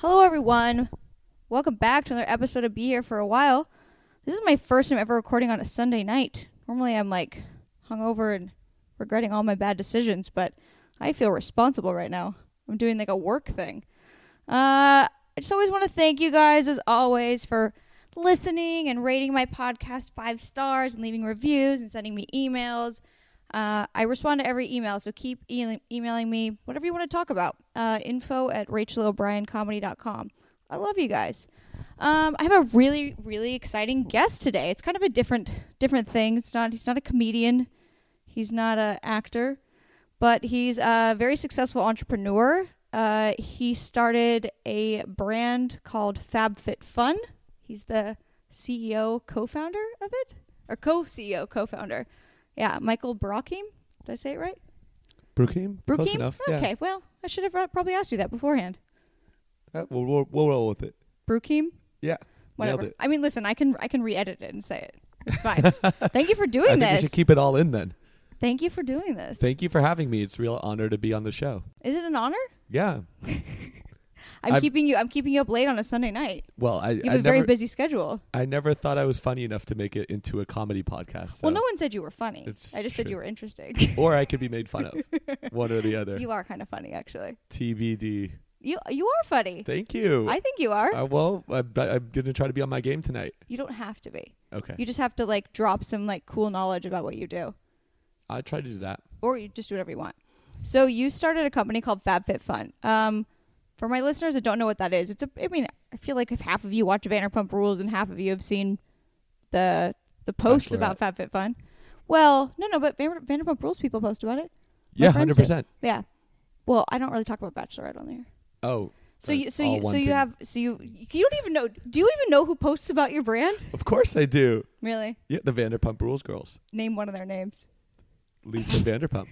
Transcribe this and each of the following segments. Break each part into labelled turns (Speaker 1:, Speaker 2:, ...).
Speaker 1: Hello, everyone. Welcome back to another episode of Be Here for a While. This is my first time ever recording on a Sunday night. Normally, I'm like hungover and regretting all my bad decisions, but I feel responsible right now. I'm doing like a work thing. Uh, I just always want to thank you guys, as always, for listening and rating my podcast five stars and leaving reviews and sending me emails. Uh, I respond to every email, so keep e- emailing me whatever you want to talk about. Uh, info at rachelobriencomedy.com. I love you guys. Um, I have a really, really exciting guest today. It's kind of a different, different thing. It's not. He's not a comedian. He's not a actor, but he's a very successful entrepreneur. Uh, he started a brand called FabFitFun. He's the CEO, co-founder of it, or co-CEO, co-founder. Yeah, Michael Brockham. Did I say it right?
Speaker 2: Brookeem? Close
Speaker 1: Brockham?
Speaker 2: enough.
Speaker 1: Okay, well, I should have pro- probably asked you that beforehand.
Speaker 2: Yeah. Uh, we'll, we'll, we'll roll with it.
Speaker 1: Brockham?
Speaker 2: Yeah.
Speaker 1: Whatever.
Speaker 2: Nailed it.
Speaker 1: I mean, listen, I can I can re-edit it and say it. It's fine. Thank you for doing
Speaker 2: I think
Speaker 1: this.
Speaker 2: we should keep it all in then.
Speaker 1: Thank you for doing this.
Speaker 2: Thank you for having me. It's a real honor to be on the show.
Speaker 1: Is it an honor?
Speaker 2: Yeah.
Speaker 1: I'm,
Speaker 2: I'm-
Speaker 1: keeping you. I'm keeping you up late on a Sunday night.
Speaker 2: Well, I,
Speaker 1: You have
Speaker 2: I
Speaker 1: a very
Speaker 2: never
Speaker 1: busy schedule.
Speaker 2: I never thought I was funny enough to make it into a comedy podcast. so-
Speaker 1: Well, no one said you were funny.
Speaker 2: It's
Speaker 1: I just said
Speaker 2: true.
Speaker 1: you were interesting.
Speaker 2: or I could be made fun of. One or the other.
Speaker 1: you are kind of funny, actually.
Speaker 2: TBD.
Speaker 1: You you are funny.
Speaker 2: Thank you.
Speaker 1: I think you are.
Speaker 2: Uh, well, I, I- I'm going to try to be on my game tonight.
Speaker 1: you don't have to be.
Speaker 2: Okay.
Speaker 1: You just have to like drop some like cool knowledge about what you do,
Speaker 2: I try to do that.
Speaker 1: or you just do whatever you want. So you started a company called FabFitFun. Um, for my listeners that don't know what that is, it's a. I mean, I feel like if half of you watch Vanderpump Rules and half of you have seen the the posts about FabFitFun. Well, no, no, but Vander- Vanderpump Rules people post about it. My
Speaker 2: yeah,
Speaker 1: friends
Speaker 2: 100%.
Speaker 1: do. Yeah. Well, I don't really talk about Bachelorette on there.
Speaker 2: Oh,
Speaker 1: So
Speaker 2: Uh,
Speaker 1: you, so
Speaker 2: all
Speaker 1: you, so
Speaker 2: one
Speaker 1: you
Speaker 2: thing.
Speaker 1: have, so you, you don't even know. Do you even know who posts about your brand?
Speaker 2: of course I do.
Speaker 1: Really?
Speaker 2: Yeah, the Vanderpump Rules girls.
Speaker 1: Name one of their names.
Speaker 2: Lisa Vanderpump.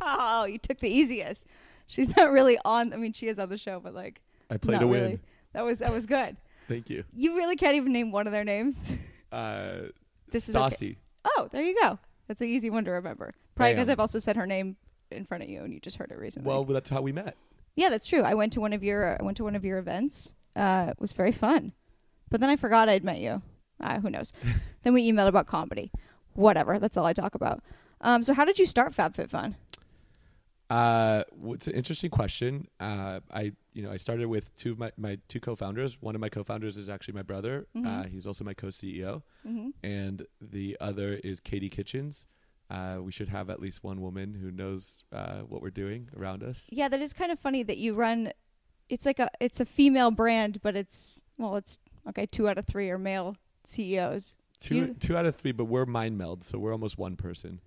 Speaker 1: Oh, you took the easiest. She's not really on. I mean, she is on the show, but like,
Speaker 2: I played
Speaker 1: not
Speaker 2: to win.
Speaker 1: really. That was that was good.
Speaker 2: Thank you.
Speaker 1: You really can't even name one of their names.
Speaker 2: Uh,
Speaker 1: This is okay.
Speaker 2: Stassi.
Speaker 1: Oh, there you go. That's an easy one to remember. Probably because
Speaker 2: Bam.
Speaker 1: I've also said her name in front of you, and you just heard it recently.
Speaker 2: Well, that's how we met.
Speaker 1: Yeah, that's true. I went to one of your I went to one of your events. Uh, it was very fun, but then I forgot I'd met you. Uh, who knows? then we emailed about comedy. Whatever. That's all I talk about. Um, so how did you start FabFitFun?
Speaker 2: Uh, well, it's an interesting question. Uh, I, you know, I started with two of my, my two co-founders. One of my co-founders is actually my brother.
Speaker 1: Mm-hmm.
Speaker 2: Uh, he's also my co-CEO,
Speaker 1: Mhm.
Speaker 2: and the other is Katie Kitchens. Uh, we should have at least one woman who knows uh, what we're doing around us.
Speaker 1: Yeah, that is kind of funny that you run. It's like a it's a female brand, but it's well, it's okay. Two out of three are male E CEOs.
Speaker 2: Two,
Speaker 1: You-
Speaker 2: two out of three, but we're mind meld, so we're almost one person.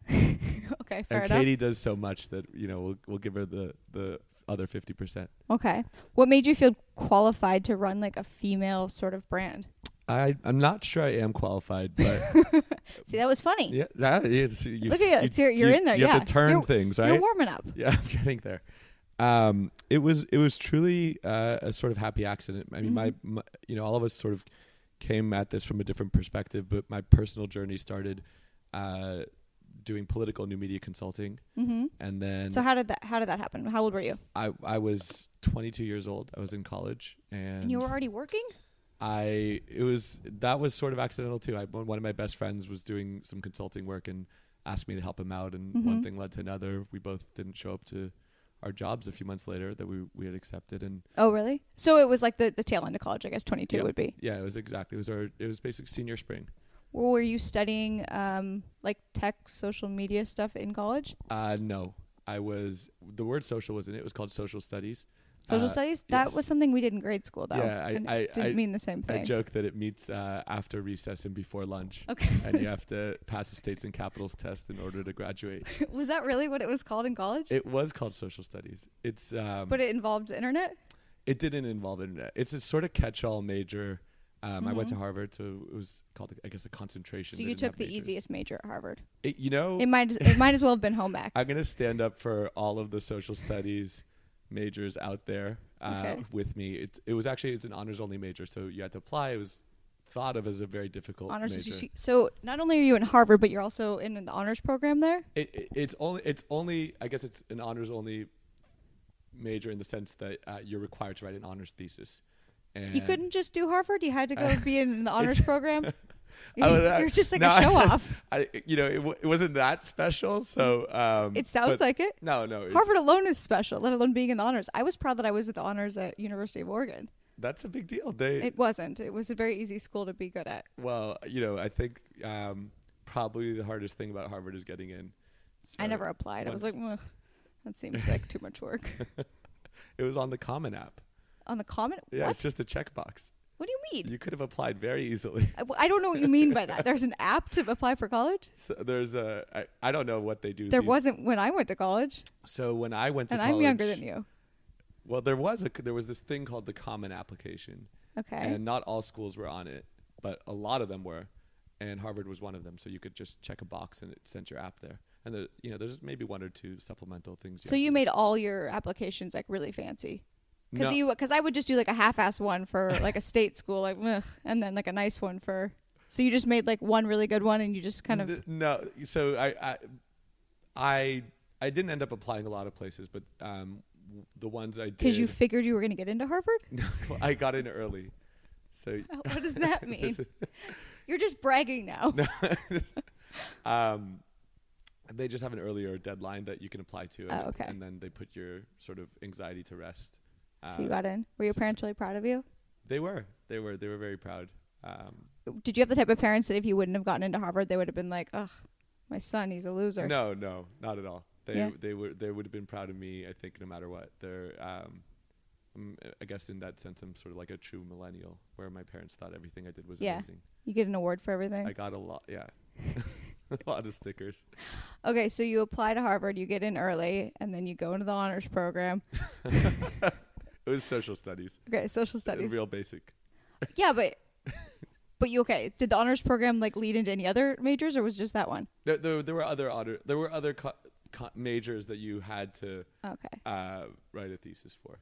Speaker 1: Okay, fair
Speaker 2: and
Speaker 1: enough.
Speaker 2: Katie does so much that you know we'll, we'll give her the the other fifty percent.
Speaker 1: Okay, what made you feel qualified to run like a female sort of brand?
Speaker 2: I I'm not sure I am qualified, but
Speaker 1: See, that was funny.
Speaker 2: Yeah, that is, you,
Speaker 1: Look at you. It's- you're- you're
Speaker 2: you-
Speaker 1: in there,
Speaker 2: You have
Speaker 1: yeah.
Speaker 2: to turn
Speaker 1: You're-
Speaker 2: things,
Speaker 1: You're
Speaker 2: right?
Speaker 1: warming up.
Speaker 2: yeah, I'm getting there. Um, it was it was truly uh, a sort of happy accident. I mean, my,
Speaker 1: Mm-hmm.
Speaker 2: my you know all of us sort of came at this from a different perspective, but my personal journey started uh, doing political new media consulting,
Speaker 1: Mm-hmm.
Speaker 2: and then
Speaker 1: So how did that how did that happen? How old were you?
Speaker 2: I I was 22 years old. I was in college, and
Speaker 1: And you were already working?
Speaker 2: I it was that was sort of accidental too. I one of my best friends was doing some consulting work and asked me to help him out, and one
Speaker 1: Mhm.
Speaker 2: thing led to another. We both didn't show up to our jobs a few months later that we we had accepted, and
Speaker 1: Oh, really? So it was like the, the tail end of college, I guess 22
Speaker 2: Yeah.
Speaker 1: would be.
Speaker 2: yeah, it was exactly it was our it was basic senior spring.
Speaker 1: Were you studying um, like tech, social media stuff in college?
Speaker 2: Uh, no, I was the word social was in it. It was called social studies.
Speaker 1: Social
Speaker 2: Uh,
Speaker 1: studies? That
Speaker 2: yes.
Speaker 1: was something we did in grade school, though.
Speaker 2: Yeah, I-
Speaker 1: and it
Speaker 2: I-
Speaker 1: didn't
Speaker 2: I-
Speaker 1: mean the same
Speaker 2: I
Speaker 1: thing.
Speaker 2: joke that it meets uh, after recess and before lunch,
Speaker 1: okay.
Speaker 2: and you have to pass the states and capitals test in order to graduate.
Speaker 1: was that really what it was called in college?
Speaker 2: It was called social studies. It's um,
Speaker 1: but it involved the internet?
Speaker 2: It didn't involve internet. It's a sort of catch-all major. Um, I went to Harvard, so it was called, I guess, a
Speaker 1: Mm-hmm.
Speaker 2: concentration.
Speaker 1: So
Speaker 2: They
Speaker 1: you
Speaker 2: didn't
Speaker 1: took
Speaker 2: have
Speaker 1: the
Speaker 2: majors.
Speaker 1: easiest major at Harvard.
Speaker 2: It- you know,
Speaker 1: It might as, it might as well have been home ec.
Speaker 2: I'm gonna stand up for all of the social studies majors out there uh,
Speaker 1: Okay.
Speaker 2: with me. It, it was actually it's an honors-only major, so you had to apply. It was thought of as a very difficult
Speaker 1: Honors.
Speaker 2: Oh, major.
Speaker 1: so- So not only are you in Harvard, but you're also in the honors program there?
Speaker 2: it, it- it's only it's only I guess it's an honors only major in the sense that uh, you're required to write an honors thesis. And
Speaker 1: You couldn't just do Harvard. You had to go be in the honors program.
Speaker 2: I would- I-
Speaker 1: You're just like
Speaker 2: no,
Speaker 1: a
Speaker 2: I-
Speaker 1: show off.
Speaker 2: I, you know, it, w- it wasn't that special. So um,
Speaker 1: It sounds
Speaker 2: but-
Speaker 1: like it.
Speaker 2: no, no. it-
Speaker 1: Harvard alone is special, let alone being in the honors. I was proud that I was at the honors at University of Oregon.
Speaker 2: that's a big deal. They
Speaker 1: It wasn't. It was a very easy school to be good at.
Speaker 2: well, you know, I think um, probably the hardest thing about Harvard is getting in.
Speaker 1: I
Speaker 2: So
Speaker 1: never applied. I was
Speaker 2: once-
Speaker 1: like, "Ugh, that seems like too much work.
Speaker 2: It was on the Common App.
Speaker 1: On the comment,
Speaker 2: Yeah,
Speaker 1: what?
Speaker 2: it's just a checkbox.
Speaker 1: What do you mean?
Speaker 2: You could have applied very easily.
Speaker 1: I- well, I don't know what you mean by that. There's an app to apply for college.
Speaker 2: So there's a I, I don't know what they do.
Speaker 1: There
Speaker 2: these-
Speaker 1: wasn't when I went to college,
Speaker 2: so when I went to
Speaker 1: and
Speaker 2: college,
Speaker 1: I'm younger than you.
Speaker 2: Well, there was a there was this thing called the Common Application,
Speaker 1: Okay.
Speaker 2: and not all schools were on it, but a lot of them were, and Harvard was one of them. So you could just check a box and it sent your app there. And the, you know, there's maybe one or two supplemental things.
Speaker 1: so
Speaker 2: have
Speaker 1: you
Speaker 2: to-
Speaker 1: made all your applications like really fancy. Because
Speaker 2: No.
Speaker 1: you, because I would just do like a half-ass one for like a state school, like, ugh, and then like a nice one for. So you just made like one really good one, and you just kind of
Speaker 2: N- no. So I, I, I, I didn't end up applying a lot of places, but um, w- the ones I did,
Speaker 1: because you figured you were going to get into Harvard.
Speaker 2: I got in early. So
Speaker 1: Oh, What does that mean? You're just bragging now.
Speaker 2: um, they just have an earlier deadline that you can apply to, and,
Speaker 1: Oh, okay.
Speaker 2: and then they put your sort of anxiety to rest.
Speaker 1: so you got in. Were your
Speaker 2: so-
Speaker 1: parents really proud of you?
Speaker 2: They were, they were, they were very proud. Um,
Speaker 1: Did you have the type of parents that if you wouldn't have gotten into Harvard, they would have been like, "Ugh, my son, he's a loser."
Speaker 2: no, no, not at all. They
Speaker 1: Yeah.
Speaker 2: they were they would have been proud of me. I think no matter what. They're um, I'm- I guess in that sense, I'm sort of like a true millennial, where my parents thought everything I did was
Speaker 1: Yeah.
Speaker 2: amazing.
Speaker 1: You get an award for everything.
Speaker 2: I got a lot, yeah, a lot of stickers.
Speaker 1: Okay, so you apply to Harvard, you get in early, and then you go into the honors program.
Speaker 2: It was social studies,
Speaker 1: Okay, social studies.
Speaker 2: real basic.
Speaker 1: Yeah, but but you okay? Did the honors program like lead into any other majors, or was just that one?
Speaker 2: No, there, there were other honor, there were other co- co- majors that you had to
Speaker 1: Okay.
Speaker 2: uh, write a thesis for.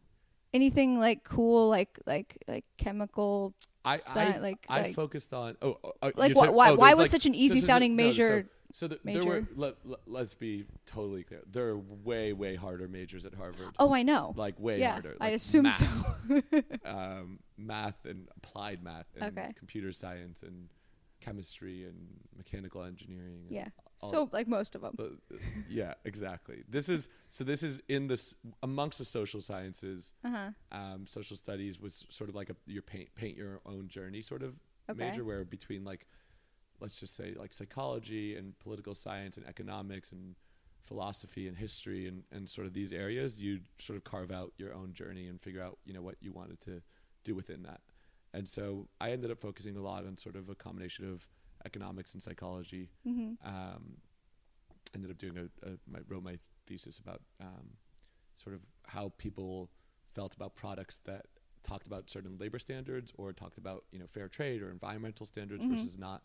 Speaker 1: Anything like cool, like like like chemical,
Speaker 2: I
Speaker 1: sci-
Speaker 2: I,
Speaker 1: like
Speaker 2: I
Speaker 1: like
Speaker 2: focused on oh, oh, oh,
Speaker 1: Like
Speaker 2: you're
Speaker 1: why-
Speaker 2: talking-
Speaker 1: why-
Speaker 2: oh,
Speaker 1: why
Speaker 2: there's
Speaker 1: was such an
Speaker 2: this
Speaker 1: easy
Speaker 2: is a-
Speaker 1: sounding
Speaker 2: no, so-
Speaker 1: major-
Speaker 2: So, th- there were
Speaker 1: major?
Speaker 2: let, let, us be totally clear. There are way way harder majors at Harvard.
Speaker 1: oh, I know.
Speaker 2: Like way
Speaker 1: yeah,
Speaker 2: harder.
Speaker 1: I
Speaker 2: like
Speaker 1: assume
Speaker 2: math,
Speaker 1: so.
Speaker 2: um, math and applied math and
Speaker 1: Okay.
Speaker 2: computer science and chemistry and mechanical engineering. And
Speaker 1: yeah.
Speaker 2: all-
Speaker 1: So like most of them.
Speaker 2: but, uh, yeah, exactly. This is so. This is in this amongst the social sciences.
Speaker 1: Uh huh.
Speaker 2: um, social studies was sort of like a your paint paint your own journey sort of
Speaker 1: Okay.
Speaker 2: major where between like let's just say like psychology and political science and economics and philosophy and history and, and sort of these areas you sort of carve out your own journey and figure out you know what you wanted to do within that and so i ended up focusing a lot on sort of a combination of economics and psychology
Speaker 1: hmm
Speaker 2: um, ended up doing a, a my, wrote my thesis about um, sort of how people felt about products that talked about certain labor standards or talked about you know fair trade or environmental standards
Speaker 1: Mhm.
Speaker 2: versus not.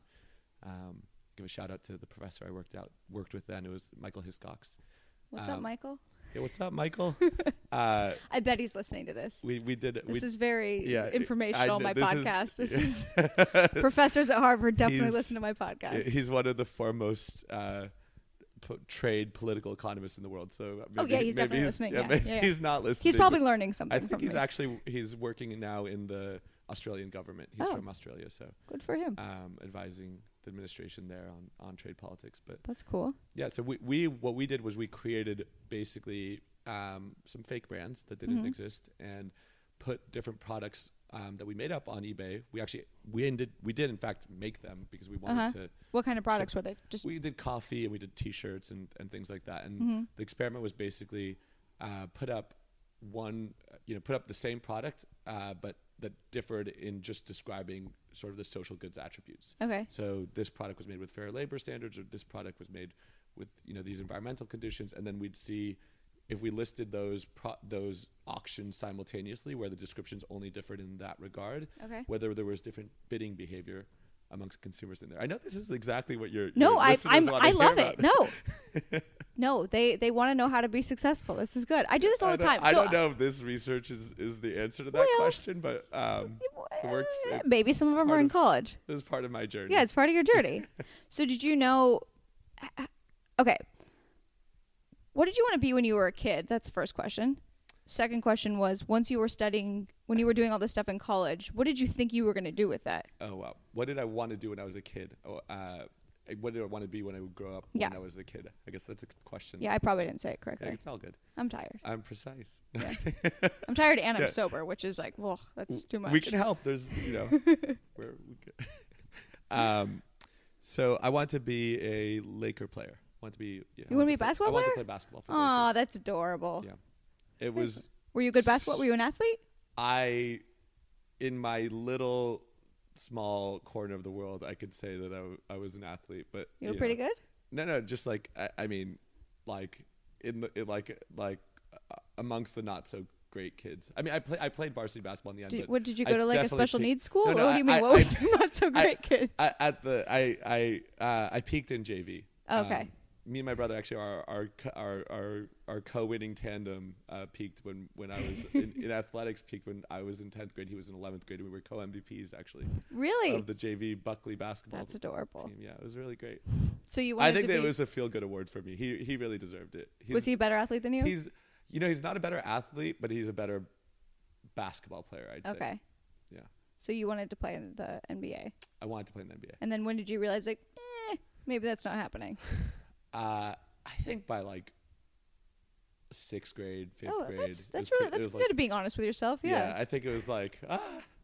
Speaker 2: Um, give a shout out to the professor I worked out worked with then. It was Michael Hiscox.
Speaker 1: What's up,
Speaker 2: Um,
Speaker 1: Michael?
Speaker 2: Hey, what's up, Michael? uh,
Speaker 1: I bet he's listening to this.
Speaker 2: we we did
Speaker 1: This
Speaker 2: we,
Speaker 1: is very
Speaker 2: yeah, I- I
Speaker 1: informational.
Speaker 2: know,
Speaker 1: my
Speaker 2: this is-
Speaker 1: podcast. this is professors at Harvard definitely
Speaker 2: He's-
Speaker 1: listen to my podcast.
Speaker 2: he's one of the foremost. Uh, po- trade political economists in the world so maybe,
Speaker 1: Oh, yeah, he's
Speaker 2: maybe
Speaker 1: definitely listening, yeah,
Speaker 2: maybe
Speaker 1: yeah, yeah.
Speaker 2: he's not listening
Speaker 1: he's
Speaker 2: but-
Speaker 1: probably learning something.
Speaker 2: I think
Speaker 1: from
Speaker 2: he's
Speaker 1: this.
Speaker 2: actually he's working now in the Australian government. He's
Speaker 1: Oh.
Speaker 2: from Australia, so
Speaker 1: good for him.
Speaker 2: um, advising the administration there on on trade politics. But
Speaker 1: That's cool.
Speaker 2: yeah, so we, we what we did was we created basically um, some fake brands that didn't
Speaker 1: Mhm.
Speaker 2: exist and put different products um, that we made up on eBay. We actually we ended we did in fact make them because we wanted
Speaker 1: Uh-huh.
Speaker 2: to
Speaker 1: What kind of products were they? Just
Speaker 2: we did coffee and we did t-shirts and, and things like that and
Speaker 1: Mhm.
Speaker 2: the experiment was basically uh, put up one you know put up the same product uh, but that differed in just describing sort of the social goods attributes
Speaker 1: okay.
Speaker 2: so this product was made with fair labor standards or this product was made with you know these environmental conditions and then we'd see if we listed those pro- those auctions simultaneously where the descriptions only differed in that regard
Speaker 1: Okay.
Speaker 2: whether there was different bidding behavior amongst consumers in there. I know this is exactly what you're.
Speaker 1: No, I I'm, I love it. No. No, they they want to know how to be successful. This is good. I do this all the time.
Speaker 2: I
Speaker 1: So- uh,
Speaker 2: don't know if this research is, is the answer to that
Speaker 1: Well-
Speaker 2: question, but um, it worked. It,
Speaker 1: Maybe some of them are
Speaker 2: part
Speaker 1: in
Speaker 2: of-
Speaker 1: college.
Speaker 2: it was part of my journey.
Speaker 1: Yeah, it's part of your journey. so did you know? Okay. What did you want to be when you were a kid? That's the first question. Second question was once you were studying, when you were doing all this stuff in college, what did you think you were going to do with that?
Speaker 2: Oh wow! What did I want to do when I was a kid? Oh, uh, what did I want to be when I would grow up?
Speaker 1: Yeah.
Speaker 2: When I was a kid, I guess that's a question.
Speaker 1: Yeah, I probably didn't say it
Speaker 2: Yeah,
Speaker 1: correctly.
Speaker 2: it's all good.
Speaker 1: I'm tired.
Speaker 2: I'm precise.
Speaker 1: I'm tired and I'm
Speaker 2: Yeah.
Speaker 1: sober, which is like, well, that's too much.
Speaker 2: We can help. There's, you know, we're, we can. um, so I want to be a Laker player. want to be. Yeah, I
Speaker 1: You wanna be a
Speaker 2: play-
Speaker 1: basketball
Speaker 2: I want to
Speaker 1: player?
Speaker 2: play basketball. For the
Speaker 1: Aw,
Speaker 2: Lakers.
Speaker 1: that's adorable.
Speaker 2: Yeah. It was
Speaker 1: Were you a good basketball? Were you an athlete?
Speaker 2: I, in my little small corner of the world, I could say that I, w- I was an athlete, but
Speaker 1: You were
Speaker 2: know.
Speaker 1: pretty good.
Speaker 2: No, no, just like I, I mean, like in the it, like like uh, amongst the not so great kids. I mean, I play I played varsity basketball in the end.
Speaker 1: Did,
Speaker 2: but
Speaker 1: what did you
Speaker 2: I
Speaker 1: go to like a
Speaker 2: definitely
Speaker 1: special
Speaker 2: peaked-
Speaker 1: needs school?
Speaker 2: No, no,
Speaker 1: what do
Speaker 2: I-
Speaker 1: you mean?
Speaker 2: I-
Speaker 1: what
Speaker 2: I-
Speaker 1: was the not so
Speaker 2: I-
Speaker 1: great kids?
Speaker 2: I, at the I I uh, I peaked in JV.
Speaker 1: Oh, Okay.
Speaker 2: Um, me and my brother actually are our our our our co-winning tandem uh, peaked when when I was in, in athletics peaked when I was in tenth grade. He was in eleventh grade. and We were co MVPs actually
Speaker 1: really?
Speaker 2: of the JV Buckley basketball
Speaker 1: That's adorable.
Speaker 2: team. Yeah, it was really great.
Speaker 1: So you wanted
Speaker 2: I think
Speaker 1: to
Speaker 2: that
Speaker 1: be?
Speaker 2: it was a feel good award for me. He he really deserved it. He's,
Speaker 1: was he a better athlete than you?
Speaker 2: He's you know he's not a better athlete, but he's a better basketball player. I'd say.
Speaker 1: okay.
Speaker 2: Yeah,
Speaker 1: So you wanted to play in the NBA,
Speaker 2: I wanted to play in the NBA.
Speaker 1: and then when did you realize like, eh, maybe that's not happening?
Speaker 2: Uh, I think by like sixth grade, fifth
Speaker 1: oh,
Speaker 2: grade.
Speaker 1: that's
Speaker 2: it
Speaker 1: that's
Speaker 2: was pre-
Speaker 1: really
Speaker 2: it
Speaker 1: that's
Speaker 2: was,
Speaker 1: good
Speaker 2: like-
Speaker 1: at being honest with yourself.
Speaker 2: yeah.
Speaker 1: Yeah.
Speaker 2: I think it was like ah,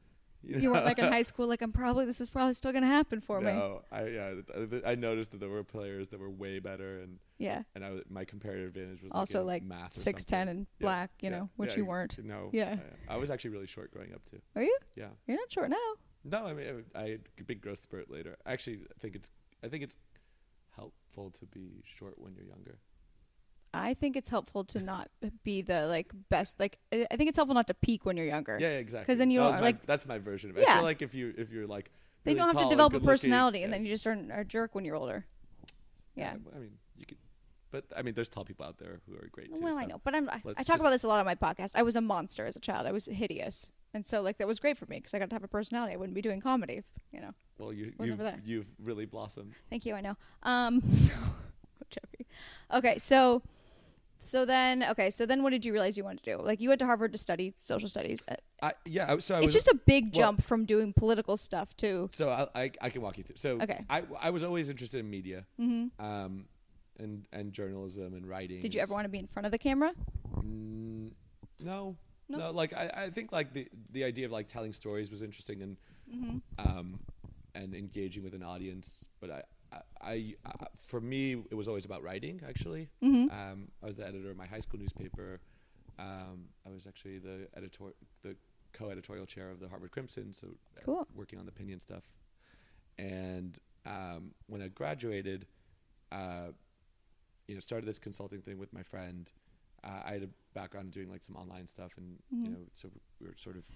Speaker 1: you weren't like in high school like I'm probably this is probably still gonna happen for me.
Speaker 2: no, I yeah, th- th- I noticed that there were players that were way better, and
Speaker 1: Yeah.
Speaker 2: and I was, my comparative advantage was
Speaker 1: Also
Speaker 2: in
Speaker 1: like
Speaker 2: math or
Speaker 1: six
Speaker 2: something.
Speaker 1: ten and
Speaker 2: Yeah,
Speaker 1: black, you
Speaker 2: yeah,
Speaker 1: know, which
Speaker 2: yeah,
Speaker 1: you
Speaker 2: ex-
Speaker 1: weren't.
Speaker 2: No,
Speaker 1: Yeah.
Speaker 2: I, I was actually really short growing up too.
Speaker 1: Are you?
Speaker 2: Yeah,
Speaker 1: You're not short now.
Speaker 2: no, I mean I I had a big growth spurt later. Actually, I think it's I think it's helpful to be short when you're younger.
Speaker 1: I think it's helpful to not be the like best. Like I I think it's helpful not to peak when you're younger.
Speaker 2: Yeah, yeah, exactly.
Speaker 1: 'Cause then you
Speaker 2: That
Speaker 1: don't-
Speaker 2: was my-
Speaker 1: like-
Speaker 2: that's my version of it. I
Speaker 1: Yeah.
Speaker 2: feel like if you if you're like
Speaker 1: Then you
Speaker 2: really
Speaker 1: don't have
Speaker 2: tall
Speaker 1: to
Speaker 2: and
Speaker 1: develop a
Speaker 2: good-looking,
Speaker 1: personality,
Speaker 2: yeah.
Speaker 1: and then you just are are a jerk when you're older. Yeah.
Speaker 2: I mean, you could, but I mean, there's tall people out there who are great too.
Speaker 1: Well, I
Speaker 2: so-
Speaker 1: know, but I'm, I, I
Speaker 2: let's
Speaker 1: talk about
Speaker 2: just-
Speaker 1: this a lot on my podcast. I was a monster as a child. I was hideous, and so like that was great for me because I got to have a personality. I wouldn't be doing comedy, if, you know.
Speaker 2: Well, you
Speaker 1: Wasn't
Speaker 2: you've,
Speaker 1: for that.
Speaker 2: you've really blossomed.
Speaker 1: Thank you. I know. Um. So, Jeffy. Okay. So. So then, okay. So then, what did you realize you wanted to do? Like, you went to Harvard to study social studies. Uh,
Speaker 2: I, yeah, I, was- so I
Speaker 1: It's
Speaker 2: was
Speaker 1: just a big
Speaker 2: well-
Speaker 1: jump from doing political stuff to
Speaker 2: so I, I I can walk you through. So
Speaker 1: Okay. Mm-hmm.
Speaker 2: I I was always interested in media, um, and and journalism and writing.
Speaker 1: Did you
Speaker 2: and
Speaker 1: ever want to be in front of the camera?
Speaker 2: Mm, no,
Speaker 1: No?
Speaker 2: no, Like I, I think like the the idea of like telling stories was interesting and um and engaging with an audience. But I, I, I, I for me, it was always about writing. Actually, um, I was the editor of my high school newspaper. Um, I was actually the editor, the co-editorial chair of the Harvard Crimson. So uh,
Speaker 1: Cool.
Speaker 2: working on the opinion stuff. And um, when I graduated, uh, you know, started this consulting thing with my friend. Uh, I had a background in doing like some online stuff, and you
Speaker 1: Mm-hmm.
Speaker 2: know, so we were sort of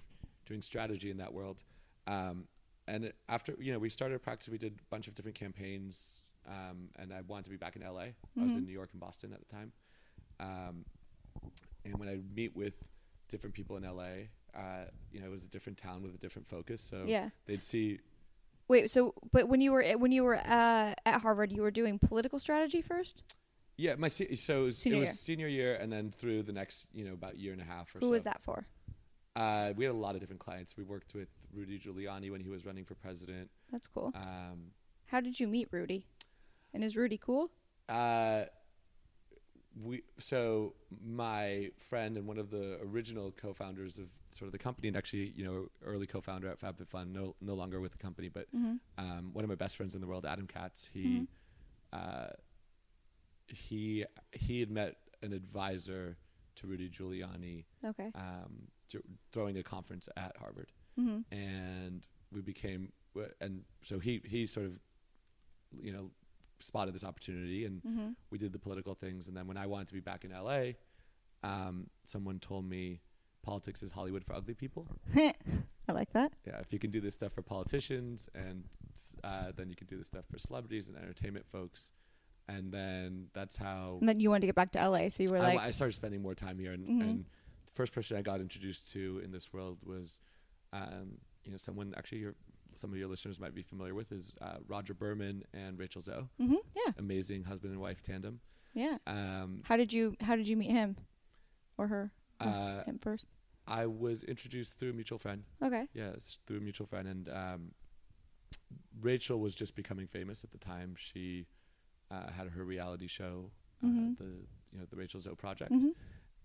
Speaker 2: doing strategy in that world. Um, and it- after you know, we started a practice. We did a bunch of different campaigns, um, and I wanted to be back in LA. I
Speaker 1: Mm-hmm.
Speaker 2: was in New York and Boston at the time. Um, and when I meet with different people in LA, uh, you know, it was a different town with a different focus. So
Speaker 1: Yeah.
Speaker 2: they'd see
Speaker 1: Wait, so but when you were eh, when you were uh, at Harvard, you were doing political strategy first.
Speaker 2: Yeah, my se- so it was,
Speaker 1: Senior
Speaker 2: it was
Speaker 1: year.
Speaker 2: senior year, and then through the next you know about year and a half or
Speaker 1: Who
Speaker 2: so.
Speaker 1: was that for?
Speaker 2: Uh, we had a lot of different clients. We worked with Rudy Giuliani when he was running for president.
Speaker 1: That's cool.
Speaker 2: Um,
Speaker 1: How did you meet Rudy? And is Rudy cool?
Speaker 2: uh, we so my friend and one of the original co-founders of sort of the company, and actually you know early co-founder at FabFitFun, no no longer with the company, but um, one of my best friends in the world, Adam Katz. He. Uh, he he had met an advisor to Rudy Giuliani
Speaker 1: Okay.
Speaker 2: um, to- throwing a conference at Harvard, and we became w- and so he he sort of you know spotted this opportunity and
Speaker 1: Mm-hmm.
Speaker 2: we did the political things and then when I wanted to be back in LA, um, someone told me politics is Hollywood for ugly people.
Speaker 1: I like that.
Speaker 2: Yeah, if you can do this stuff for politicians and uh, then you can do this stuff for celebrities and entertainment folks, and then that's how
Speaker 1: And then you wanted to get back to LA, so you were
Speaker 2: Oh. I,
Speaker 1: like,
Speaker 2: wa- I started spending more time here, and, and the first person I got introduced to in this world was, um, you know, someone actually your, some of your listeners might be familiar with is uh, Roger Berman and Rachel Zoe,
Speaker 1: hmm yeah,
Speaker 2: amazing husband and wife tandem.
Speaker 1: yeah.
Speaker 2: Um,
Speaker 1: How did you How did you meet him, or her,
Speaker 2: Uh,
Speaker 1: him first.
Speaker 2: I was introduced through a mutual friend.
Speaker 1: Okay.
Speaker 2: Yeah, it's through a mutual friend, and um, Rachel was just becoming famous at the time. She uh, had her reality show, uh,
Speaker 1: Mhm.
Speaker 2: the you know the Rachel Zoe Project,
Speaker 1: Mhm.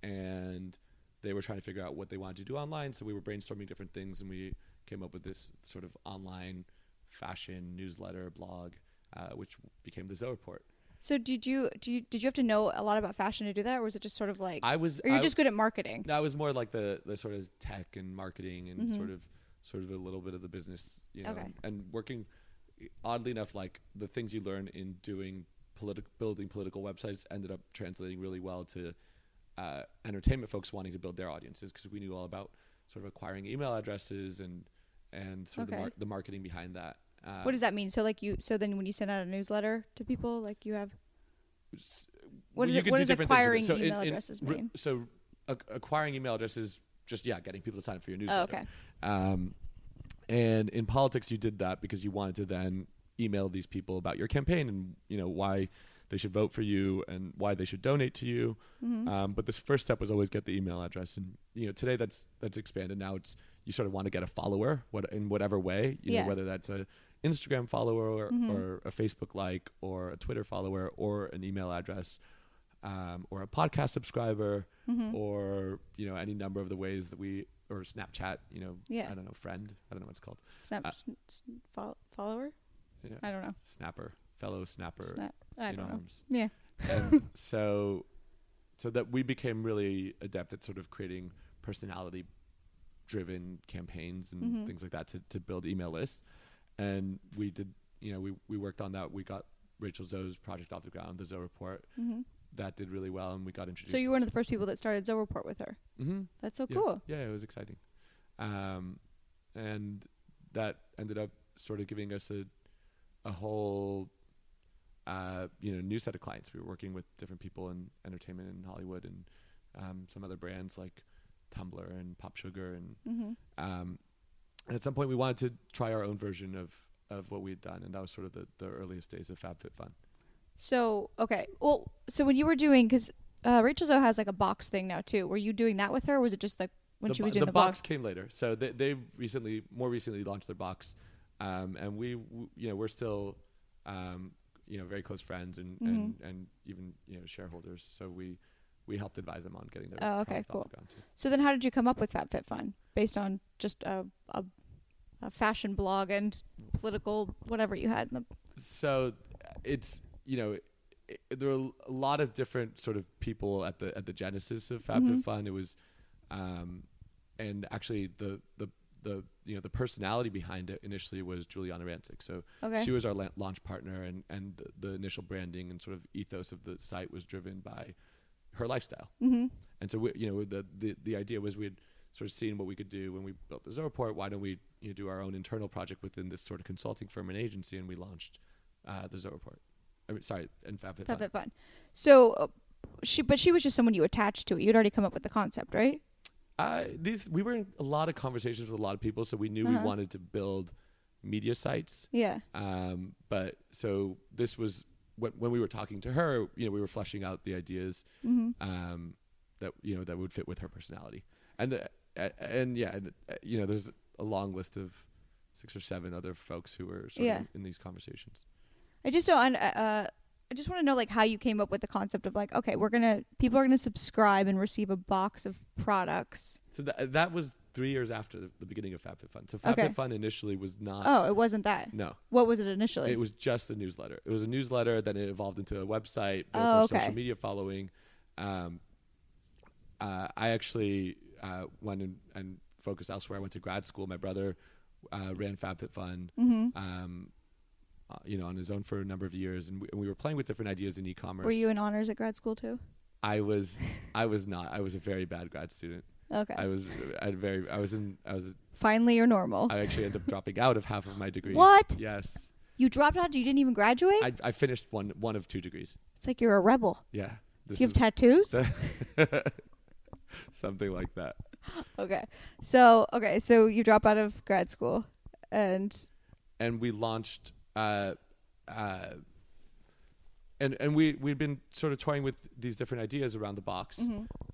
Speaker 2: and they were trying to figure out what they wanted to do online. So we were brainstorming different things, and we came up with this sort of online fashion newsletter blog, uh, which became the Zoe Report.
Speaker 1: So did you do you did you have to know a lot about fashion to do that, or was it just sort of like,
Speaker 2: I was
Speaker 1: or you're
Speaker 2: I-
Speaker 1: just good at marketing?
Speaker 2: No, I was more like the the sort of tech and marketing and
Speaker 1: Mhm.
Speaker 2: sort of sort of a little bit of the business, you know,
Speaker 1: Okay.
Speaker 2: and, and working. Oddly enough, like the things you learn in doing political building political websites ended up translating really well to uh, entertainment folks wanting to build their audiences because we knew all about sort of acquiring email addresses and and sort of
Speaker 1: Okay.
Speaker 2: the, mar- the marketing behind that. Uh,
Speaker 1: What does that mean? So like you, so then when you send out a newsletter to people, like you have
Speaker 2: s-
Speaker 1: What does
Speaker 2: you
Speaker 1: it-
Speaker 2: can
Speaker 1: what
Speaker 2: do
Speaker 1: does
Speaker 2: different things with
Speaker 1: acquiring
Speaker 2: it. So in-
Speaker 1: email
Speaker 2: in
Speaker 1: addresses
Speaker 2: re-
Speaker 1: mean?
Speaker 2: so ac- acquiring email addresses, just yeah, getting people to sign up for your newsletter.
Speaker 1: Oh, okay.
Speaker 2: Um, and in politics, you did that because you wanted to then email these people about your campaign and you know why they should vote for you and why they should donate to you. Um, but this first step was always get the email address, and you know today that's that's expanded. Now it's you sort of want to get a follower, what in whatever way, you
Speaker 1: Yeah.
Speaker 2: know, whether that's a Instagram follower or, or a Facebook like or a Twitter follower or an email address um, or a podcast subscriber
Speaker 1: Mm-hmm.
Speaker 2: or you know any number of the ways that we or Snapchat, you know,
Speaker 1: Yeah.
Speaker 2: I don't know, friend, I don't know what it's called,
Speaker 1: Snap
Speaker 2: Uh,
Speaker 1: sn- sn- fol- follower?
Speaker 2: Yeah.
Speaker 1: I don't know.
Speaker 2: snapper, fellow snapper
Speaker 1: Snap. I
Speaker 2: in
Speaker 1: don't know.
Speaker 2: arms.
Speaker 1: Yeah.
Speaker 2: and so so that we became really adept at sort of creating personality driven campaigns and
Speaker 1: Mhm.
Speaker 2: things like that to, to build email lists and we did you know we, we worked on that we got rachel zoe's project off the ground the zoe report
Speaker 1: hmm
Speaker 2: that did really well and we got introduced
Speaker 1: So you were one of the first people that started Zoe Report with her.
Speaker 2: mm-hmm.
Speaker 1: That's so
Speaker 2: yeah.
Speaker 1: Oh, cool.
Speaker 2: yeah it was exciting um, and that ended up sort of giving us a a whole uh, you know new set of clients we were working with different people in entertainment and hollywood and um, some other brands like tumblr and pop sugar and
Speaker 1: Mm-hmm.
Speaker 2: um, and at some point we wanted to try our own version of of what we had done and that was sort of the, the earliest days of fabfitfun
Speaker 1: So okay, well, so when you were doing because uh, Rachel Zoe has like a box thing now too. Were you doing that with her? Or was it just like when
Speaker 2: the,
Speaker 1: she
Speaker 2: bo-
Speaker 1: was doing
Speaker 2: the
Speaker 1: the,
Speaker 2: box came later. So they they recently, more recently, launched their box, um, and we, w- you know, we're still, um, you know, very close friends and,
Speaker 1: Mm-hmm.
Speaker 2: and and even you know shareholders. So we we helped advise them on getting their
Speaker 1: Oh, okay,
Speaker 2: product
Speaker 1: cool.
Speaker 2: off the ground too.
Speaker 1: So then, how did you come up with FabFitFun based on just a, a a fashion blog and political whatever you had? In the,
Speaker 2: so it's you know i there are a lot of different sort of people at the at the genesis of Fab
Speaker 1: Mhm.
Speaker 2: Fun. It was, um, and actually the the the you know the personality behind it initially was Juliana Rancic. So
Speaker 1: Okay.
Speaker 2: she was our la- launch partner, and and the, the initial branding and sort of ethos of the site was driven by her lifestyle.
Speaker 1: mm-hmm.
Speaker 2: And so we, you know, the, the the idea was we had sort of seen what we could do when we built the Zoraport. Why don't we you know, do our own internal project within this sort of consulting firm and agency? And we launched uh, the Zoraport. I mean, sorry, and FabFitFun.
Speaker 1: FabFitFun. So uh, she, but she was just someone you attached to it. You'd already come up with the concept, right?
Speaker 2: Uh, these we were in a lot of conversations with a lot of people, so we knew
Speaker 1: Uh-huh.
Speaker 2: we wanted to build media sites.
Speaker 1: Yeah.
Speaker 2: Um, but so this was when, when we were talking to her. You know, we were fleshing out the ideas
Speaker 1: Mm-hmm.
Speaker 2: um, that you know that would fit with her personality. And the, uh, and yeah, and, uh, you know, there's a long list of six or seven other folks who were sort
Speaker 1: Yeah.
Speaker 2: of in these conversations.
Speaker 1: I just don't. un- Uh, I just want to know like how you came up with the concept of like, okay, we're gonna people are gonna subscribe and receive a box of products.
Speaker 2: So that that was three years after the, the beginning of FabFitFun. So
Speaker 1: Okay.
Speaker 2: FabFitFun initially was not
Speaker 1: Oh, it wasn't that.
Speaker 2: no,
Speaker 1: What was it initially?
Speaker 2: it was just a newsletter. It was a newsletter, then it evolved into a website, built
Speaker 1: Oh,
Speaker 2: our
Speaker 1: okay.
Speaker 2: social media following. Um, uh, I actually uh, went and, and focused elsewhere. I went to grad school. My brother uh, ran FabFitFun.
Speaker 1: mm-hmm.
Speaker 2: um, uh, you know, on his own for a number of years, and we, and we were playing with different ideas in e-commerce.
Speaker 1: Were you in honors at grad school too?
Speaker 2: I was, I was not. I was a very bad grad student.
Speaker 1: Okay.
Speaker 2: I was, I had very, I was in, I was,
Speaker 1: Finally, you're normal.
Speaker 2: I actually ended up dropping out of half of my degree.
Speaker 1: What?
Speaker 2: Yes,
Speaker 1: you dropped out. You didn't even graduate.
Speaker 2: I, I finished one, one of two degrees.
Speaker 1: it's like you're a rebel.
Speaker 2: Yeah,
Speaker 1: Do
Speaker 2: this
Speaker 1: you have
Speaker 2: is-
Speaker 1: tattoos?
Speaker 2: something like that.
Speaker 1: okay. So okay. So you drop out of grad school, and
Speaker 2: and we launched uh, uh, and and we we've been sort of toying with these different ideas around the box,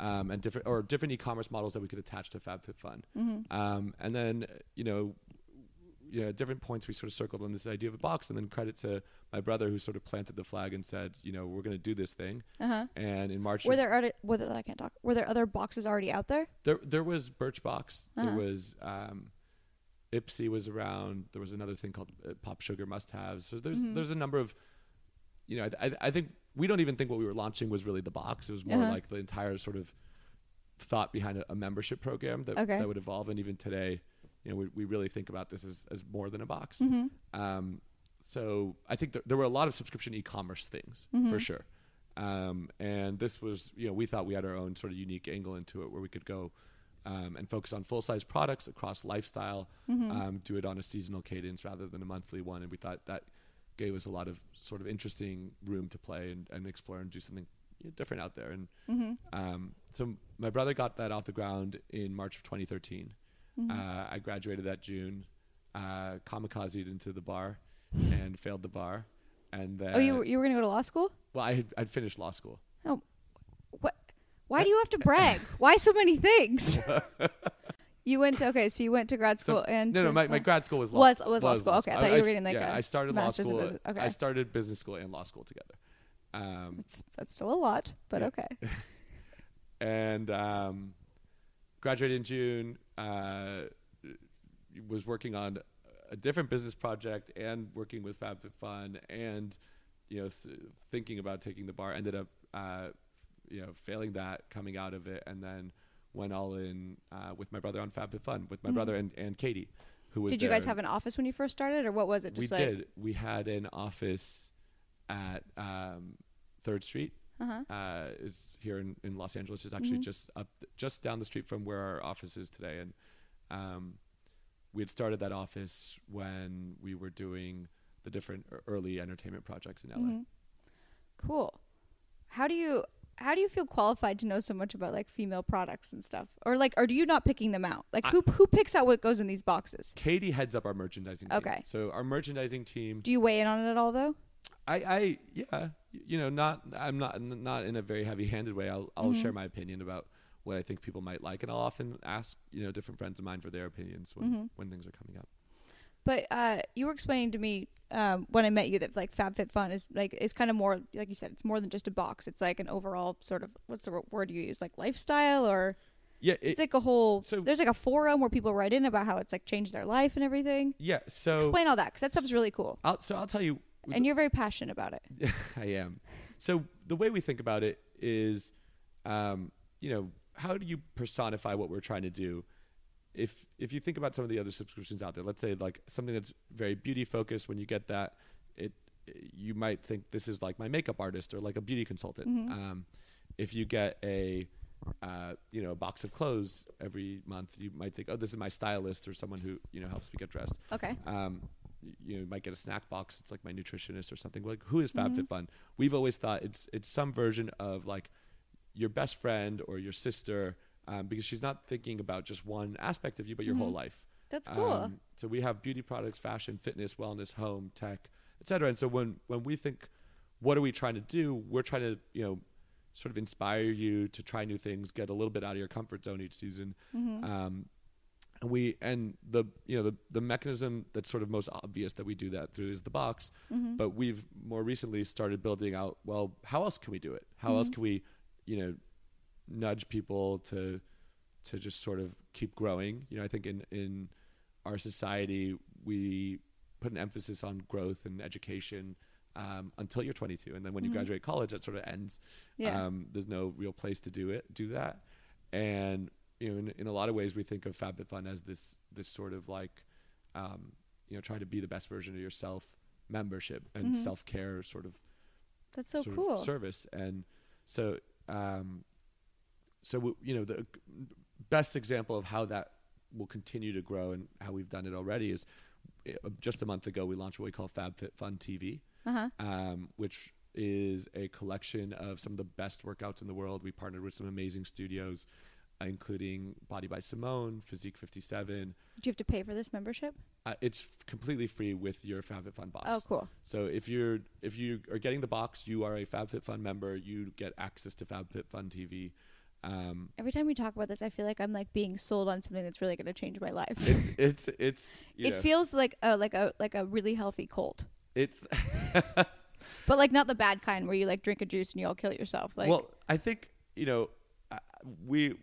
Speaker 2: um, and different or different e-commerce models that we could attach to FabFitFun. Um, and then you know, you know, at different points we sort of circled on this idea of a box, and then credit to my brother who sort of planted the flag and said, you know, we're going to do this thing.
Speaker 1: Uh-huh.
Speaker 2: And in March,
Speaker 1: Were there already, were there, I can't talk. Were there other boxes already out there?
Speaker 2: there there was Birchbox. There
Speaker 1: Uh-huh.
Speaker 2: was um, Ipsy was around. There was another thing called uh, Pop Sugar Must Haves. So there's
Speaker 1: Mm-hmm.
Speaker 2: there's a number of, you know, I, I, I think we don't even think what we were launching was really the box. It was more
Speaker 1: Uh-huh.
Speaker 2: like the entire sort of thought behind a, a membership program that
Speaker 1: Okay.
Speaker 2: that would evolve. And even today, you know, we, we really think about this as, as more than a box. Um, so I think there, there were a lot of subscription e-commerce things for sure. Um, and this was, you know, we thought we had our own sort of unique angle into it where we could go um, and focus on full-size products across lifestyle, um, do it on a seasonal cadence rather than a monthly one. And we thought that gave us a lot of sort of interesting room to play and, and explore and do something you know, different out there. And
Speaker 1: Mm-hmm.
Speaker 2: um, so my brother got that off the ground in March of 2013.
Speaker 1: Mm-hmm.
Speaker 2: Uh, I graduated that June, uh, kamikazed into the bar, and failed the bar. And then,
Speaker 1: oh, you were, you were gonna go to law school?
Speaker 2: well, I had I'd finished law school.
Speaker 1: Oh, what? Why do you have to brag? Why so many things? you went to okay, so you went to grad
Speaker 2: So-
Speaker 1: school and
Speaker 2: no, no,
Speaker 1: to-
Speaker 2: my, my grad school was law,
Speaker 1: Oh. Was- was law school. Okay, I thought you were
Speaker 2: s-
Speaker 1: getting, like,
Speaker 2: yeah,
Speaker 1: a
Speaker 2: I started law
Speaker 1: master's of
Speaker 2: school.
Speaker 1: business. Okay.
Speaker 2: I started business school and law school together. Um,
Speaker 1: It's, that's still a lot, but
Speaker 2: Yeah.
Speaker 1: okay.
Speaker 2: and um, graduated in June. Uh, was working on a different business project and working with FabFitFun, and you know, s- thinking about taking the bar. Ended up, uh, you know, failing that coming out of it, and then went all in uh, with my brother on FabFitFun with my brother and, and Katie, who was.
Speaker 1: Mm-hmm. Did you guys
Speaker 2: there.
Speaker 1: have an office when you first started, or what was it?
Speaker 2: We
Speaker 1: Just like,
Speaker 2: did. We had an office at um, Third Street.
Speaker 1: Uh-huh. Mm-hmm.
Speaker 2: Uh, is here in, in Los Angeles. It's actually just up, just down the street from where our office is today. And um, we had started that office when we were doing the different ear- early entertainment projects in LA.
Speaker 1: Mm-hmm. Cool. How do you how do you feel qualified to know so much about like female products and stuff, or like, or do you not picking them out? Like, who who picks out what goes in these boxes?
Speaker 2: Katie heads up our merchandising. Team.
Speaker 1: Okay.
Speaker 2: So our merchandising team.
Speaker 1: Do you weigh in on it at all, though?
Speaker 2: I, I yeah, y- you know, not I'm not n- not in a very heavy-handed way. I'll I'll share my opinion about what I think people might like, and I'll often ask you know different friends of mine for their opinions when when things are coming up.
Speaker 1: But uh, you were explaining to me um, when I met you that like FabFitFun is like it's kind of more like you said it's more than just a box. It's like an overall sort of what's the word you use like lifestyle or
Speaker 2: Yeah,
Speaker 1: it's
Speaker 2: it,
Speaker 1: like a whole.
Speaker 2: so-
Speaker 1: there's like a forum where people write in about how it's like changed their life and everything.
Speaker 2: yeah. So
Speaker 1: Explain all that because that stuff's really cool,
Speaker 2: I'll, so I'll tell you.
Speaker 1: and you're very passionate about it.
Speaker 2: I am. So the way we think about it is, um, you know, how do you personify what we're trying to do? If if you think about some of the other subscriptions out there, let's say like something that's very beauty focused, when you get that, it you might think this is like my makeup artist or like a beauty consultant. Um, if you get a uh, you know a box of clothes every month, you might think, oh, this is my stylist or someone who you know helps me get dressed
Speaker 1: Okay.
Speaker 2: um, y- you know, you might get a snack box. It's like my nutritionist or something. Like, who is FabFitFun? We've always thought it's it's some version of like your best friend or your sister, um, because she's not thinking about just one aspect of you, but your whole life.
Speaker 1: That's cool.
Speaker 2: Um, so we have beauty products, fashion, fitness, wellness, home, tech, etc. And so when when we think, what are we trying to do? We're trying to you know sort of inspire you to try new things, get a little bit out of your comfort zone each season.
Speaker 1: Mm-hmm.
Speaker 2: Um, and we and the you know the the mechanism that's sort of most obvious that we do that through is the box.
Speaker 1: Mm-hmm.
Speaker 2: But we've more recently started building out. Well, how else can we do it? How
Speaker 1: Mm-hmm.
Speaker 2: else can we, you know, nudge people to to just sort of keep growing? You know, I think in in our society we put an emphasis on growth and education um, until you're 22, and then when you graduate college, that sort of ends.
Speaker 1: Yeah.
Speaker 2: Um, there's no real place to do it, do that, and you know, in, in a lot of ways, we think of FabFitFun as this this sort of like, um, you know, try to be the best version of yourself membership and self care sort of
Speaker 1: That's so
Speaker 2: sort
Speaker 1: cool.
Speaker 2: of service and so um so w- you know the best example of how that will continue to grow and how we've done it already is uh, just a month ago we launched what we call FabFitFun TV
Speaker 1: Uh-huh.
Speaker 2: um, which is a collection of some of the best workouts in the world we partnered with some amazing studios uh, including Body by Simone, Physique 57.
Speaker 1: Do you have to pay for this membership?
Speaker 2: Uh, it's f- completely free with your FabFitFun box.
Speaker 1: Oh, cool.
Speaker 2: So if you're if you are getting the box, you are a FabFitFun member. You get access to FabFitFun TV. Um,
Speaker 1: Every time we talk about this, I feel like I'm like being sold on something that's really going to change my life.
Speaker 2: it's it's it's you
Speaker 1: it
Speaker 2: know,
Speaker 1: feels like a like a like a really healthy cult,
Speaker 2: it's
Speaker 1: but like not the bad kind where you like drink a juice and you all kill yourself. Like,
Speaker 2: well, I think you know, I- we.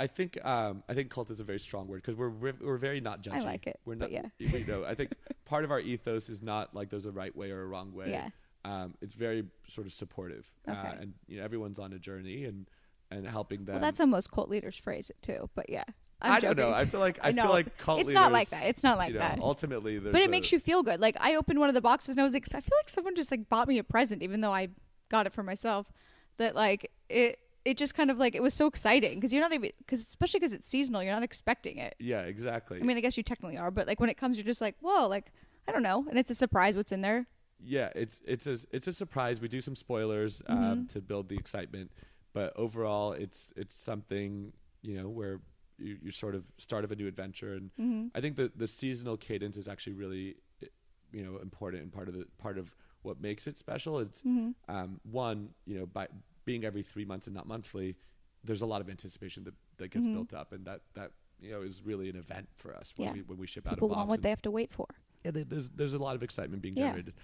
Speaker 2: I think um, I think cult is a very strong word because we're, we're we're very not judging.
Speaker 1: like it,
Speaker 2: We're
Speaker 1: but
Speaker 2: not. You know, I think part of our ethos is not like there's a right way or a wrong way.
Speaker 1: Yeah.
Speaker 2: Um, it's very sort of supportive, uh,
Speaker 1: Okay.
Speaker 2: and you know everyone's on a journey and and helping them.
Speaker 1: well, that's how most cult leaders phrase it too. But yeah, I'm
Speaker 2: I do not know.
Speaker 1: joking.
Speaker 2: I feel like I,
Speaker 1: I know.
Speaker 2: feel like cult
Speaker 1: It's not like
Speaker 2: leaders,
Speaker 1: that. It's not like
Speaker 2: you know,
Speaker 1: that.
Speaker 2: Ultimately, there's
Speaker 1: but it
Speaker 2: a-
Speaker 1: makes you feel good. Like I opened one of the boxes and I was like, I feel like someone just like bought me a present, even though I got it for myself. That like it it just kind of like it was so exciting because you're not even because especially because it's seasonal, you're not expecting it.
Speaker 2: Yeah, exactly.
Speaker 1: I mean, I guess you technically are, but like when it comes, you're just like, whoa, like I don't know, and it's a surprise what's in there.
Speaker 2: yeah, it's it's a it's a surprise. We do some spoilers
Speaker 1: Mm-hmm.
Speaker 2: um, to build the excitement, but overall, it's it's something you know where you, you sort of start of a new adventure, and
Speaker 1: Mm-hmm.
Speaker 2: I think that the seasonal cadence is actually really eh, you know important and part of the part of what makes it special. It's
Speaker 1: Mm-hmm.
Speaker 2: um, one you know by being every three months and not monthly, there's a lot of anticipation that that gets built up, and that that you know is really an event for us when
Speaker 1: Mm-hmm. Yeah.
Speaker 2: we when we ship out
Speaker 1: People
Speaker 2: a box.
Speaker 1: want what
Speaker 2: and-
Speaker 1: they have to wait for.
Speaker 2: yeah, there- there's there's a lot of excitement being
Speaker 1: Yeah.
Speaker 2: generated,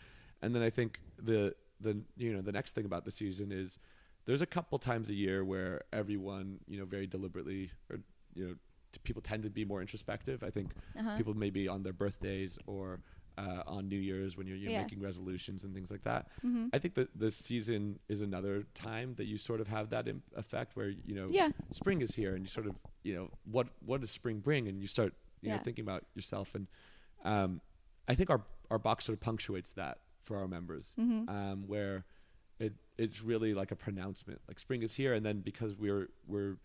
Speaker 2: and then I think the the you know the next thing about the season is there's a couple times a year where everyone you know very deliberately or you know t- people tend to be more introspective. I think
Speaker 1: Uh-huh.
Speaker 2: people maybe on their birthdays or uh, on New Year's when you're, you're
Speaker 1: Yeah. Mm-hmm.
Speaker 2: making resolutions and things like that. I think that the season is another time that you sort of have that Im- effect where you know
Speaker 1: Yeah.
Speaker 2: spring is here and you sort of you know what what does spring bring and you start you know
Speaker 1: Yeah.
Speaker 2: thinking about yourself and um, I think our our box sort of punctuates that for our members
Speaker 1: Mm-hmm.
Speaker 2: um, where it it's really like a pronouncement like spring is here and then because we're we're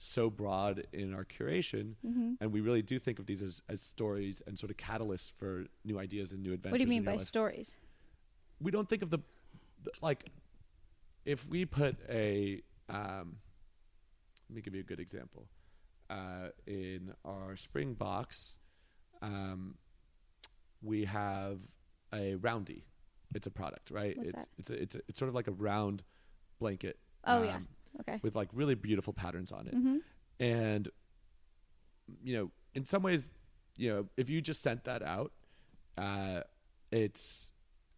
Speaker 2: so broad in our curation
Speaker 1: Mm-hmm.
Speaker 2: and we really do think of these as, as stories and sort of catalysts for new ideas and new adventures
Speaker 1: What do you
Speaker 2: in
Speaker 1: mean
Speaker 2: your
Speaker 1: by
Speaker 2: life
Speaker 1: stories?
Speaker 2: we don't think of the, the like if we put a um, let me give you a good example uh, in our spring box um, we have a roundy it's a product right
Speaker 1: What's
Speaker 2: it's
Speaker 1: that?
Speaker 2: it's a, it's a, it's sort of like a round blanket
Speaker 1: Oh, yeah.
Speaker 2: um,
Speaker 1: Okay. Mm-hmm.
Speaker 2: with like really beautiful patterns on it. And you know, in some ways, you know, if you just sent that out, uh, it's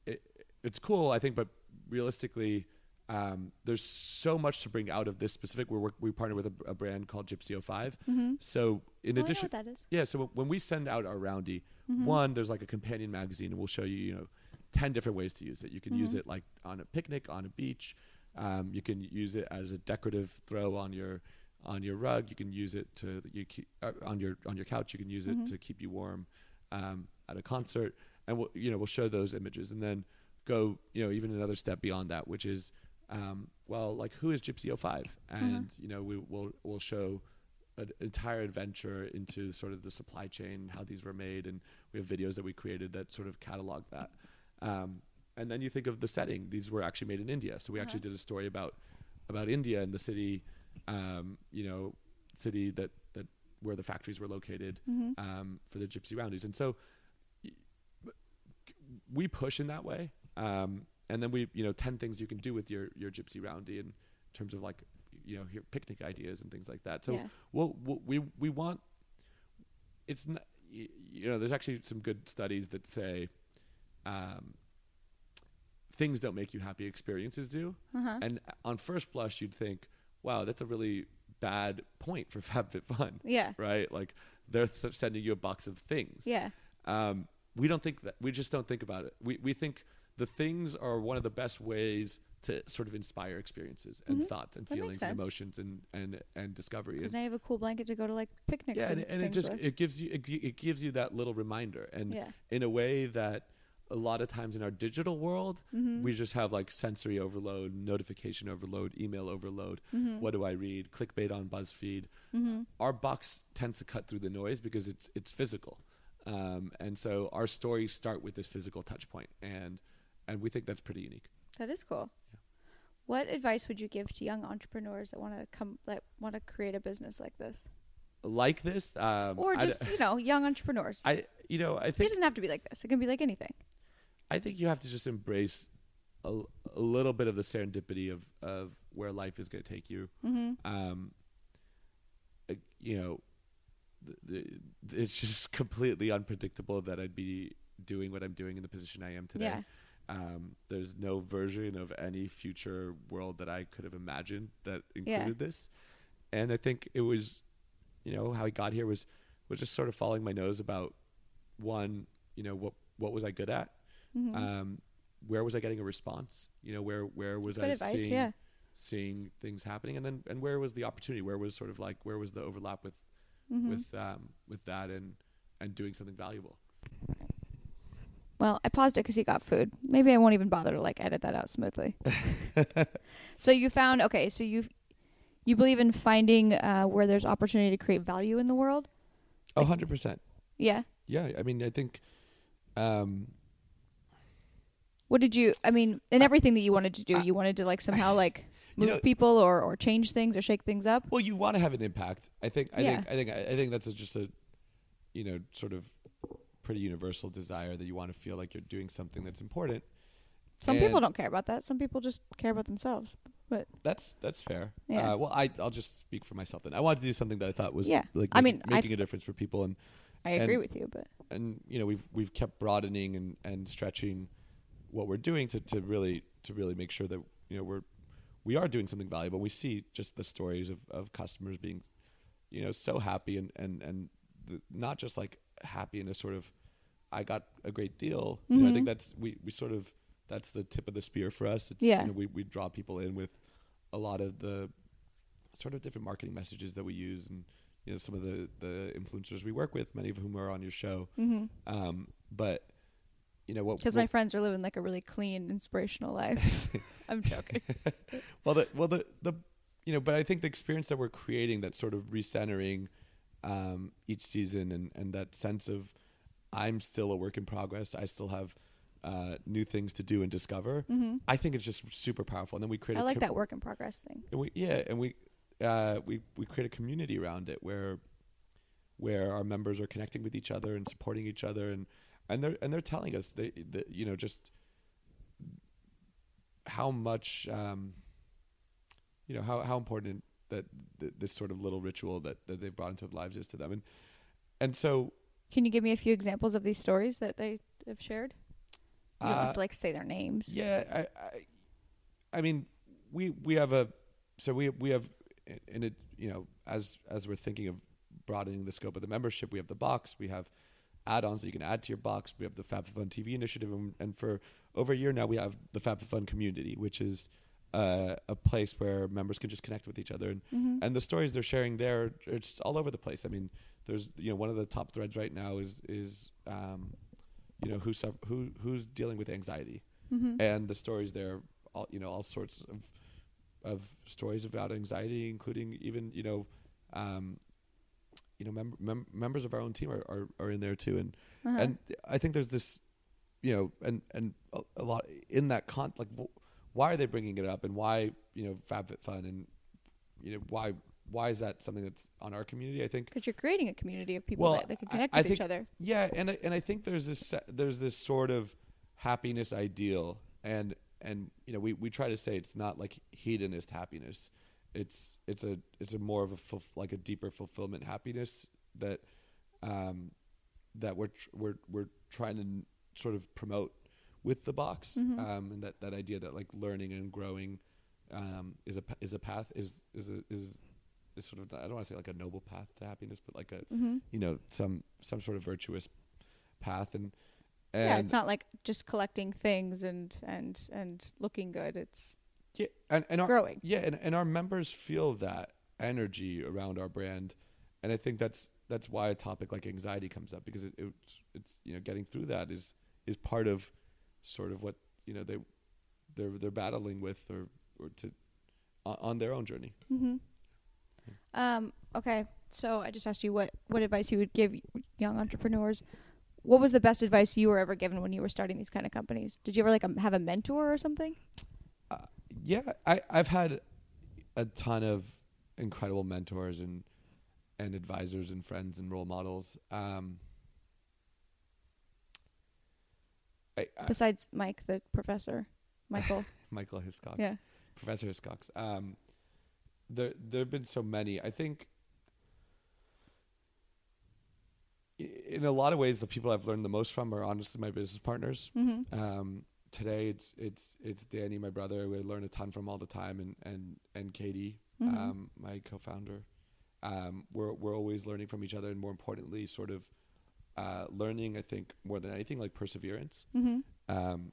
Speaker 2: it, it's cool, I think. But realistically, um, there's so much to bring out of this specific. We're work- we partner with a, a brand called Gypsy 5 So in
Speaker 1: Mm-hmm. Oh, I know
Speaker 2: addition,
Speaker 1: what that is.
Speaker 2: yeah. So w- when we send out our roundy, one there's like a companion magazine, and we'll show you, you know, ten different ways to use it. You can use it like on a picnic, on a beach. Um, you can use it as a decorative throw on your on your rug. You can use it to you keep, uh, on your on your couch. You can use it to keep you warm um, at a concert, and we'll you know we'll show those images, and then go you know even another step beyond that, which is um, well like who is Gypsy 05? and you know we will we'll show an entire adventure into sort of the supply chain, how these were made, and we have videos that we created that sort of catalog that. Um, and then you think of the setting; these were actually made in India, so we actually did a story about about India and the city, um, you know, city that that where the factories were located um, for the Gypsy Roundies, and so we push in that way. Um, and then we, you know, 10 things you can do with your, your gypsy roundy in terms of like, you know, your picnic ideas and things like that. So
Speaker 1: Yeah.
Speaker 2: we'll, we'll- we, we want, it's not, you know, there's actually some good studies that say, um, things don't make you happy experiences do
Speaker 1: Uh-huh.
Speaker 2: and on first blush you'd think wow that's a really bad point for fabfitfun
Speaker 1: Yeah.
Speaker 2: right like they're th- sending you a box of things
Speaker 1: Yeah.
Speaker 2: um, we don't think that we just don't think about it. We we think the things are one of the best ways to sort of inspire experiences and thoughts and
Speaker 1: Mm-hmm. That makes
Speaker 2: feelings and
Speaker 1: sense.
Speaker 2: emotions and and and discovery.
Speaker 1: Because
Speaker 2: And,
Speaker 1: now you have a cool blanket to go to like picnics.
Speaker 2: yeah, and,
Speaker 1: and,
Speaker 2: and it
Speaker 1: things
Speaker 2: just
Speaker 1: with.
Speaker 2: it gives you it, gi- it gives you that little reminder, and
Speaker 1: Yeah.
Speaker 2: in a way that a lot of times in our digital world
Speaker 1: Mm-hmm.
Speaker 2: we just have like sensory overload, notification overload, email overload.
Speaker 1: Mm-hmm.
Speaker 2: What do I read? Clickbait on BuzzFeed. Our box tends to cut through the noise because it's it's physical, um, and so our stories start with this physical touch point, and and we think that's pretty unique.
Speaker 1: that is cool. What advice would you give to young entrepreneurs that want to come that want to create a business like this,
Speaker 2: Like this, um,
Speaker 1: or
Speaker 2: I d-
Speaker 1: just you know young entrepreneurs?
Speaker 2: I, you know, I
Speaker 1: it
Speaker 2: think
Speaker 1: doesn't have to be like this. It can be like anything.
Speaker 2: I think you have to just embrace a, a little bit of the serendipity of of where life is going to take you.
Speaker 1: Mm-hmm.
Speaker 2: Um, uh, you know, th the, it's just completely unpredictable that I'd be doing what I'm doing in the position I am today.
Speaker 1: Yeah.
Speaker 2: Um, there's no version of any future world that I could have imagined that included this, and I think it was, you know, how I got here was was just sort of following my nose about one, you know, what what was I good at,
Speaker 1: Mm-hmm.
Speaker 2: um, where was I getting a response? You know, where where was
Speaker 1: good
Speaker 2: I
Speaker 1: advice,
Speaker 2: seeing
Speaker 1: yeah.
Speaker 2: seeing things happening, and then and where was the opportunity? Where was sort of like where was the overlap with
Speaker 1: Mm-hmm.
Speaker 2: with um, with that and and doing something valuable?
Speaker 1: Well, I paused it because he got food. Maybe I won't even bother to like edit that out smoothly. so you found okay. So you you believe in finding uh, where there's opportunity to create value in the world.
Speaker 2: A hundred percent.
Speaker 1: Yeah.
Speaker 2: Yeah, I mean, I think. Um,
Speaker 1: What did you? I mean, in everything that you wanted to do, you wanted to like somehow like
Speaker 2: You
Speaker 1: move
Speaker 2: know-
Speaker 1: people or or change things or shake things up.
Speaker 2: well, you want to have an impact. I think. I
Speaker 1: Yeah.
Speaker 2: think. I think. I think that's a, just a, you know, sort of pretty universal desire that you want to feel like you're doing something that's important.
Speaker 1: Some
Speaker 2: And-
Speaker 1: people don't care about that. Some people just care about themselves. But
Speaker 2: That's that's fair.
Speaker 1: Yeah.
Speaker 2: Uh, well, I I'll just speak for myself then. I wanted to do something that I thought was
Speaker 1: Yeah.
Speaker 2: like
Speaker 1: I
Speaker 2: make-
Speaker 1: mean, I
Speaker 2: making a difference for people, and
Speaker 1: I
Speaker 2: And-
Speaker 1: agree with you. But
Speaker 2: and you know we've we've kept broadening and and stretching what we're doing to to really to really make sure that you know we're we are doing something valuable. We see just the stories of of customers being you know so happy and and and the, not just like happy in a sort of I got a great deal. You know, I think that's we we sort of that's the tip of the spear for us. It's,
Speaker 1: Yeah.
Speaker 2: you know, we we draw people in with a lot of the sort of different marketing messages that we use and you know some of the the influencers we work with many of whom are on your show um but you know what
Speaker 1: because mm-hmm. my friends are living like a really clean, inspirational life. I'm joking.
Speaker 2: well the well the the you know but i think the experience that we're creating that sort of recentering um each season and and that sense of i'm still a work in progress i still have uh new things to do and discover i think it's just super powerful and then we create
Speaker 1: Mm-hmm. I
Speaker 2: a
Speaker 1: like
Speaker 2: com-
Speaker 1: that work in progress thing.
Speaker 2: and we yeah and we uh we we create a community around it where where our members are connecting with each other and supporting each other and and they're and they're telling us they, that you know just how much um you know how how important that th- this sort of little ritual that that they've brought into their lives is to them and and so
Speaker 1: Can you give me a few examples of these stories that they have shared? You don't
Speaker 2: Uh,
Speaker 1: have to like say their names.
Speaker 2: Yeah, I, I, I mean, we we have a so we we have and it you know as as we're thinking of broadening the scope of the membership, we have the box, we have add-ons that you can add to your box, we have the Fab for Fun TV initiative, and, and for over a year now we have the Fab for Fun community, which is uh, a place where members can just connect with each other and
Speaker 1: Mm-hmm.
Speaker 2: and the stories they're sharing there are just all over the place. I mean, there's you know one of the top threads right now is is um, you know who suffer, who who's dealing with anxiety
Speaker 1: Mm-hmm.
Speaker 2: and the stories there all you know all sorts of of stories about anxiety including even you know um you know mem- mem- members of our own team are, are, are in there too and
Speaker 1: Uh-huh.
Speaker 2: and i think there's this you know and and a, a lot in that con like wh- why are they bringing it up and why you know fabfitfun and you know why why is that something that's on our community i think
Speaker 1: Because you're creating a community of people that, that can
Speaker 2: I-
Speaker 1: connect
Speaker 2: I
Speaker 1: with each
Speaker 2: think-
Speaker 1: other.
Speaker 2: Yeah, and I, and I think there's this se- there's this sort of happiness ideal, and and you know we, we try to say it's not like hedonist happiness, it's it's a it's a more of a fulf like a deeper fulfillment happiness that, um, that we're tr- we're we're trying to n- sort of promote with the box,
Speaker 1: Mm-hmm.
Speaker 2: um, and that, that idea that like learning and growing, um, is a p- is a path is is a, is is sort of I don't want to say like a noble path to happiness, but like a you know some some sort of virtuous path and and
Speaker 1: yeah, it's not like just collecting things and and and looking good. It's
Speaker 2: yeah, and, and our,
Speaker 1: growing.
Speaker 2: Yeah, and, and our members feel that energy around our brand, and I think that's that's why a topic like anxiety comes up because it, it's it's you know getting through that is is part of sort of what you know they they're they're battling with or or to on, on their own journey.
Speaker 1: Mm-hmm. um okay. So I just asked you what what advice you would give young entrepreneurs. What was the best advice you were ever given when you were starting these kind of companies? Did you ever like um, have a mentor or something?
Speaker 2: yeah, I, I've had a ton of incredible mentors and and advisors and friends and role models. Um, I, I,
Speaker 1: Besides Mike, the professor, Michael.
Speaker 2: Michael Hiscox,
Speaker 1: yeah.
Speaker 2: Professor Hiscox. Um, there there have been so many. I think i- in a lot of ways, the people I've learned the most from are honestly my business partners.
Speaker 1: Mm-hmm.
Speaker 2: Um, today it's it's it's Danny, my brother. We learn a ton from all the time, and and and Katie,
Speaker 1: Mhm.
Speaker 2: um, my co-founder. Um, we're we're always learning from each other, and more importantly, sort of uh, learning. I think more than anything, like perseverance.
Speaker 1: Mm-hmm.
Speaker 2: Um,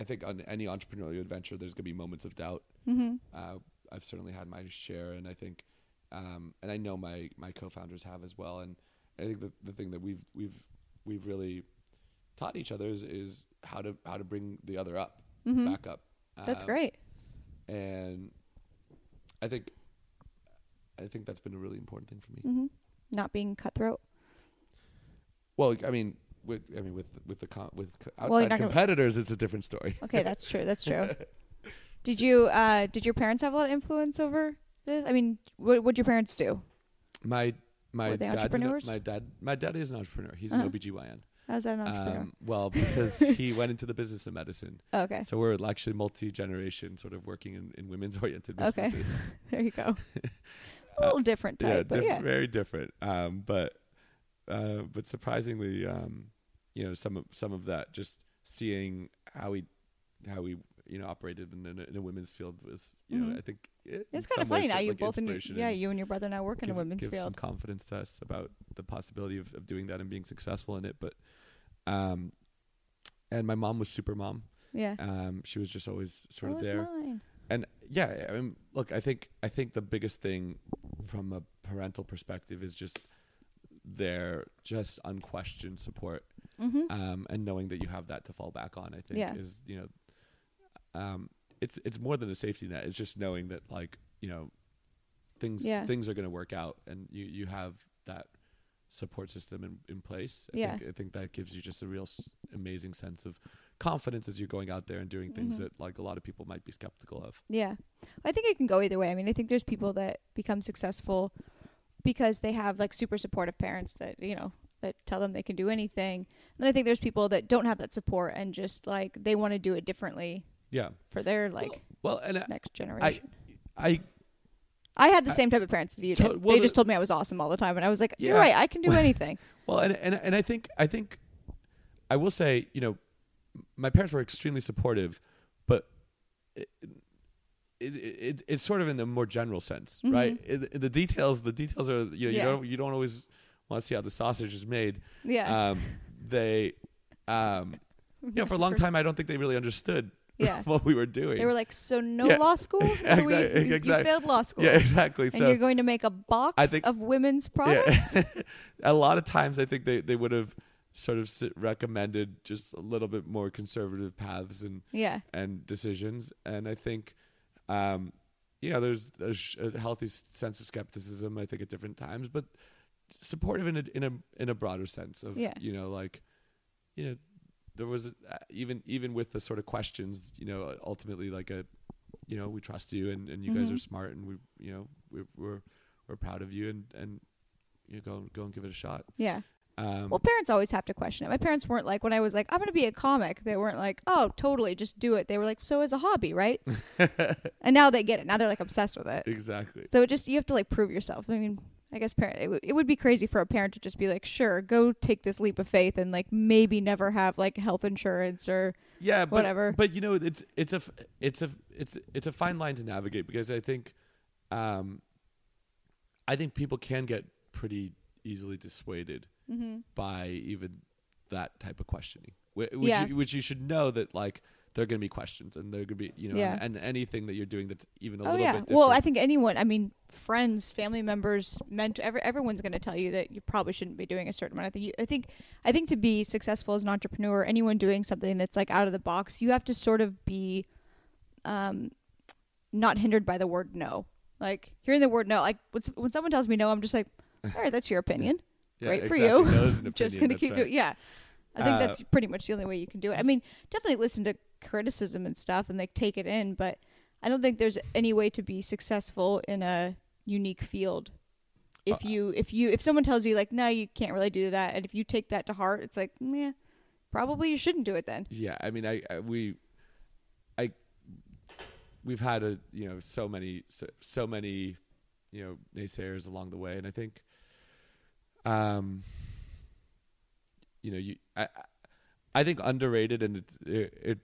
Speaker 2: I think on any entrepreneurial adventure, there's gonna be moments of doubt.
Speaker 1: Mm-hmm.
Speaker 2: Uh, I've certainly had my share, and I think, um, and I know my my co-founders have as well. And I think the the thing that we've we've we've really taught each other is, is how to how to bring the other up,
Speaker 1: Mhm.
Speaker 2: back up.
Speaker 1: That's
Speaker 2: Um,
Speaker 1: great.
Speaker 2: And I think I think that's been a really important thing for me.
Speaker 1: Mm-hmm. Not being cutthroat.
Speaker 2: Well, I mean, with I mean with with the com- with co- outside
Speaker 1: Well, you're not gonna-
Speaker 2: competitors, it's a different story.
Speaker 1: Okay, that's true. That's true. did you uh, did your parents have a lot of influence over this? I mean, what would your parents do?
Speaker 2: My my
Speaker 1: Were they
Speaker 2: dad's an,
Speaker 1: entrepreneurs?
Speaker 2: my dad my dad is an entrepreneur. He's
Speaker 1: Uh-huh.
Speaker 2: an OBGYN.
Speaker 1: As an entrepreneur.
Speaker 2: Um, well, because he went into the business of medicine.
Speaker 1: Oh, okay,
Speaker 2: So we're actually multi generation sort of working in, in women's oriented
Speaker 1: Okay.
Speaker 2: businesses.
Speaker 1: there you go. a little different type,
Speaker 2: yeah,
Speaker 1: but
Speaker 2: diff-
Speaker 1: yeah.
Speaker 2: very different. Um, but uh, but surprisingly, um, you know, some of some of that just seeing how he how he you know operated in, in, a, in a women's field was you know
Speaker 1: Mhm.
Speaker 2: I think it,
Speaker 1: It's kind of funny now. You both and your,
Speaker 2: inspiration
Speaker 1: yeah, you and your brother now work in
Speaker 2: give-
Speaker 1: a women's
Speaker 2: give some
Speaker 1: field.
Speaker 2: confidence to us about the possibility of, of doing that and being successful in it. But um, and my mom was super mom.
Speaker 1: Yeah.
Speaker 2: Um, she was just always sort
Speaker 1: That
Speaker 2: of
Speaker 1: was
Speaker 2: there.
Speaker 1: mine.
Speaker 2: and yeah, I mean, look, I think I think the biggest thing from a parental perspective is just their just unquestioned support
Speaker 1: Mm-hmm.
Speaker 2: um, and knowing that you have that to fall back on. I think
Speaker 1: Yeah.
Speaker 2: is you know, um, it's it's more than a safety net. It's just knowing that like you know, things
Speaker 1: Yeah.
Speaker 2: things are going to work out, and you you have that support system in, in place. I
Speaker 1: Yeah.
Speaker 2: think I think that gives you just a real s- amazing sense of confidence as you're going out there and doing things
Speaker 1: Mhm.
Speaker 2: that like a lot of people might be skeptical of.
Speaker 1: Yeah. I think it can go either way. I mean, I think there's people that become successful because they have like super supportive parents that, you know, that tell them they can do anything. And I think there's people that don't have that support and just like they want to do it differently
Speaker 2: Yeah.
Speaker 1: for their like
Speaker 2: Well, and I,
Speaker 1: next generation.
Speaker 2: I
Speaker 1: I, had the
Speaker 2: I-
Speaker 1: same type of parents that you did.
Speaker 2: To- well,
Speaker 1: they
Speaker 2: the-
Speaker 1: just told me I was awesome all the time and I was like, You're
Speaker 2: Yeah.
Speaker 1: right, I can do anything.
Speaker 2: well, and, and and I think I think I will say, you know, my parents were extremely supportive, but it it, it it's sort of in the more general sense, right? In, in the details, the details are you know
Speaker 1: Mm-hmm. Yeah.
Speaker 2: you don't you don't always want to see how the sausage is made.
Speaker 1: Yeah.
Speaker 2: Um, they, um, you know, for a long time, I don't think they really understood
Speaker 1: Yeah.
Speaker 2: what we were doing.
Speaker 1: They were like, So no
Speaker 2: Yeah.
Speaker 1: law school?
Speaker 2: Exactly,
Speaker 1: We- you- You
Speaker 2: exactly.
Speaker 1: failed law school.
Speaker 2: yeah, exactly.
Speaker 1: And
Speaker 2: so
Speaker 1: you're going to make a box
Speaker 2: I think-
Speaker 1: of women's
Speaker 2: Yeah.
Speaker 1: products?
Speaker 2: a lot of times I think they, they would have sort of s- recommended just a little bit more conservative paths and,
Speaker 1: yeah.
Speaker 2: and decisions. And I think, um, you know, there's, there's sh- a healthy s- sense of skepticism, I think at different times, but supportive in a, in a, in a broader sense of,
Speaker 1: Yeah.
Speaker 2: you know, like, you know, there was uh, even, even with the sort of questions, you know, ultimately like a, you know, we trust you and, and you guys
Speaker 1: Mhm.
Speaker 2: are smart and we, you know, we're, we're, we're proud of you and, and, you know, go go and give it a shot.
Speaker 1: Yeah.
Speaker 2: Um,
Speaker 1: Well, parents always have to question it. My parents weren't like when I was like, I'm going to be a comic. They weren't like, oh, totally, just do it. They were like, so as a hobby, right? and now they get it. Now they're like obsessed with it.
Speaker 2: exactly.
Speaker 1: So it just you have to like prove yourself. I mean, I guess parent it, w- it would be crazy for a parent to just be like, sure, go take this leap of faith and like maybe never have like health insurance or
Speaker 2: Yeah, but,
Speaker 1: Whatever.
Speaker 2: But you know, it's it's a f- it's a it's it's a fine line to navigate because I think, um, I think people can get pretty easily dissuaded
Speaker 1: mm-hmm.
Speaker 2: by even that type of questioning. Wh- Which
Speaker 1: Yeah.
Speaker 2: you, which you should know that like there are going to be questions and there are going to be you know
Speaker 1: Yeah.
Speaker 2: and, and anything that you're doing that's even a
Speaker 1: oh
Speaker 2: little
Speaker 1: yeah.
Speaker 2: bit different.
Speaker 1: Well, I think anyone. I mean, friends, family members, mentor. Every, everyone's going to tell you that you probably shouldn't be doing a certain amount. I think. You, I think. I think to be successful as an entrepreneur, anyone doing something that's like out of the box, you have to sort of be, um, not hindered by the word no. Like hearing the word no, like when, s- when someone tells me no, I'm just like, all right, that's your opinion.
Speaker 2: Yeah,
Speaker 1: great for
Speaker 2: exactly.
Speaker 1: you.
Speaker 2: That is an
Speaker 1: just
Speaker 2: opinion,
Speaker 1: gonna
Speaker 2: that's
Speaker 1: keep
Speaker 2: right.
Speaker 1: doing. Yeah, I think
Speaker 2: Uh,
Speaker 1: that's pretty much the only way you can do it. I mean, definitely listen to criticism and stuff and like take it in, but I don't think there's any way to be successful in a unique field.
Speaker 2: Uh,
Speaker 1: If you if you if someone tells you like no you can't really do that and if you take that to heart it's like mm, yeah probably you shouldn't do it then
Speaker 2: Yeah, I mean, I, I we, I, we've had a you know so many so, so many, you know naysayers along the way, and I think, um, you know, you I, I- I think underrated and it, it, it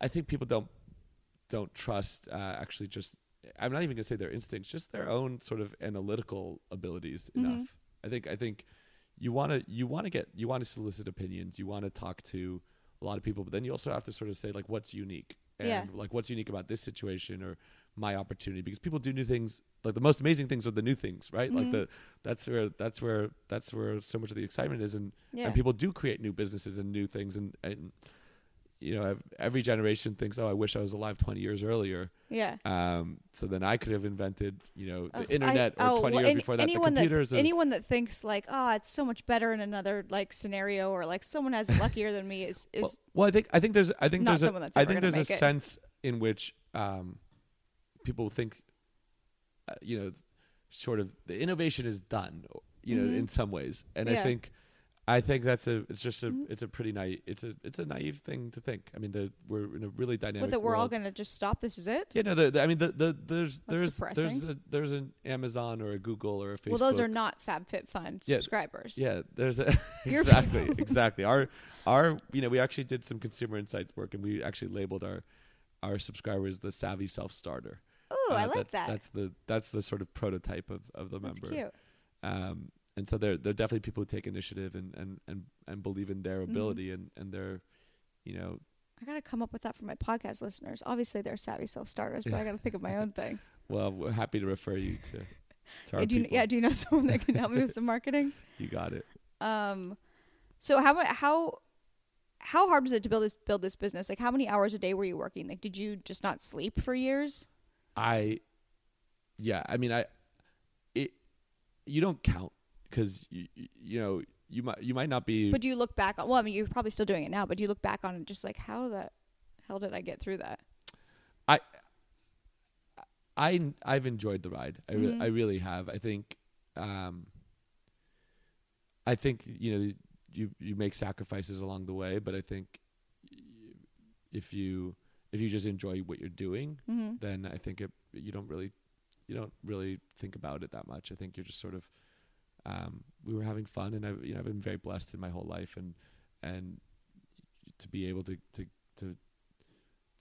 Speaker 2: I think people don't don't trust uh, actually just I'm not even gonna say their instincts, just their own sort of analytical abilities enough. I think I think you want to you want to get you want to solicit opinions you want to talk to a lot of people but then you also have to sort of say like what's unique and
Speaker 1: Yeah.
Speaker 2: like what's unique about this situation or my opportunity because people do new things like the most amazing things are the new things right
Speaker 1: Mm-hmm.
Speaker 2: like the that's where that's where that's where so much of the excitement is and
Speaker 1: Yeah.
Speaker 2: and people do create new businesses and new things and and you know ev- every generation thinks oh i wish i was alive 20 years earlier
Speaker 1: yeah
Speaker 2: um, so then i could have invented you know the
Speaker 1: Ugh, I-
Speaker 2: internet or
Speaker 1: oh,
Speaker 2: 20
Speaker 1: well,
Speaker 2: years
Speaker 1: any-
Speaker 2: before that the
Speaker 1: anyone
Speaker 2: computers
Speaker 1: That,
Speaker 2: and-
Speaker 1: anyone that thinks like, oh, it's so much better in another like scenario, or like someone has it luckier than me is is
Speaker 2: well, well, I think I think there's I think
Speaker 1: not
Speaker 2: there's
Speaker 1: someone
Speaker 2: a,
Speaker 1: that's
Speaker 2: I
Speaker 1: ever
Speaker 2: think
Speaker 1: gonna
Speaker 2: there's a
Speaker 1: make it.
Speaker 2: sense in which um, people think uh, you know sort of the innovation is done you know in some ways and I
Speaker 1: Mm-hmm. Yeah. Mm-hmm.
Speaker 2: think I think that's a it's just a it's a pretty naive it's a it's a naive thing to think I mean the we're in a really dynamic
Speaker 1: but that we're all
Speaker 2: world.
Speaker 1: gonna just stop. This is it.
Speaker 2: yeah no the, the- I mean the, the there's
Speaker 1: That's
Speaker 2: there's there's a, there's an Amazon or a Google or a Facebook
Speaker 1: Well, those are not FabFitFun
Speaker 2: Yeah,
Speaker 1: subscribers.
Speaker 2: yeah, there's a
Speaker 1: Your
Speaker 2: exactly, exactly. Our our you know we actually did some consumer insights work and we actually labeled our our subscribers the savvy self starter.
Speaker 1: Ooh, I like
Speaker 2: that's,
Speaker 1: that.
Speaker 2: Uh, That's the that's the sort of prototype of of the
Speaker 1: That's
Speaker 2: member.
Speaker 1: cute.
Speaker 2: Um, and so they're they're definitely people who take initiative and and and, and believe in
Speaker 1: Mm-hmm.
Speaker 2: their ability and and their you know
Speaker 1: I gotta come up with that for my podcast listeners. Obviously, they're savvy self starters, but I gotta think of my own thing.
Speaker 2: well we're happy to refer you to. to our
Speaker 1: Yeah, do you,
Speaker 2: people.
Speaker 1: yeah, do you know someone that can help me with some marketing?
Speaker 2: you got it.
Speaker 1: Um, so how mu- how how hard was it to build this build this business? Like, how many hours a day were you working? Like, did you just not sleep for years?
Speaker 2: I, yeah, I mean, I, it, you don't count because you, you know you might you might not be.
Speaker 1: But do you look back on? Well, I mean, you're probably still doing it now, but do you look back on it just like how the hell did I get through that?
Speaker 2: I, I I've enjoyed the ride. I re- I really have. I think, um, I think you know you you make sacrifices along the way, but I think if you if you just enjoy what you're doing,
Speaker 1: Mm-hmm.
Speaker 2: then I think it you don't really you don't really think about it that much. I think you're just sort of um, we were having fun, and I've you know I've been very blessed in my whole life, and and to be able to to to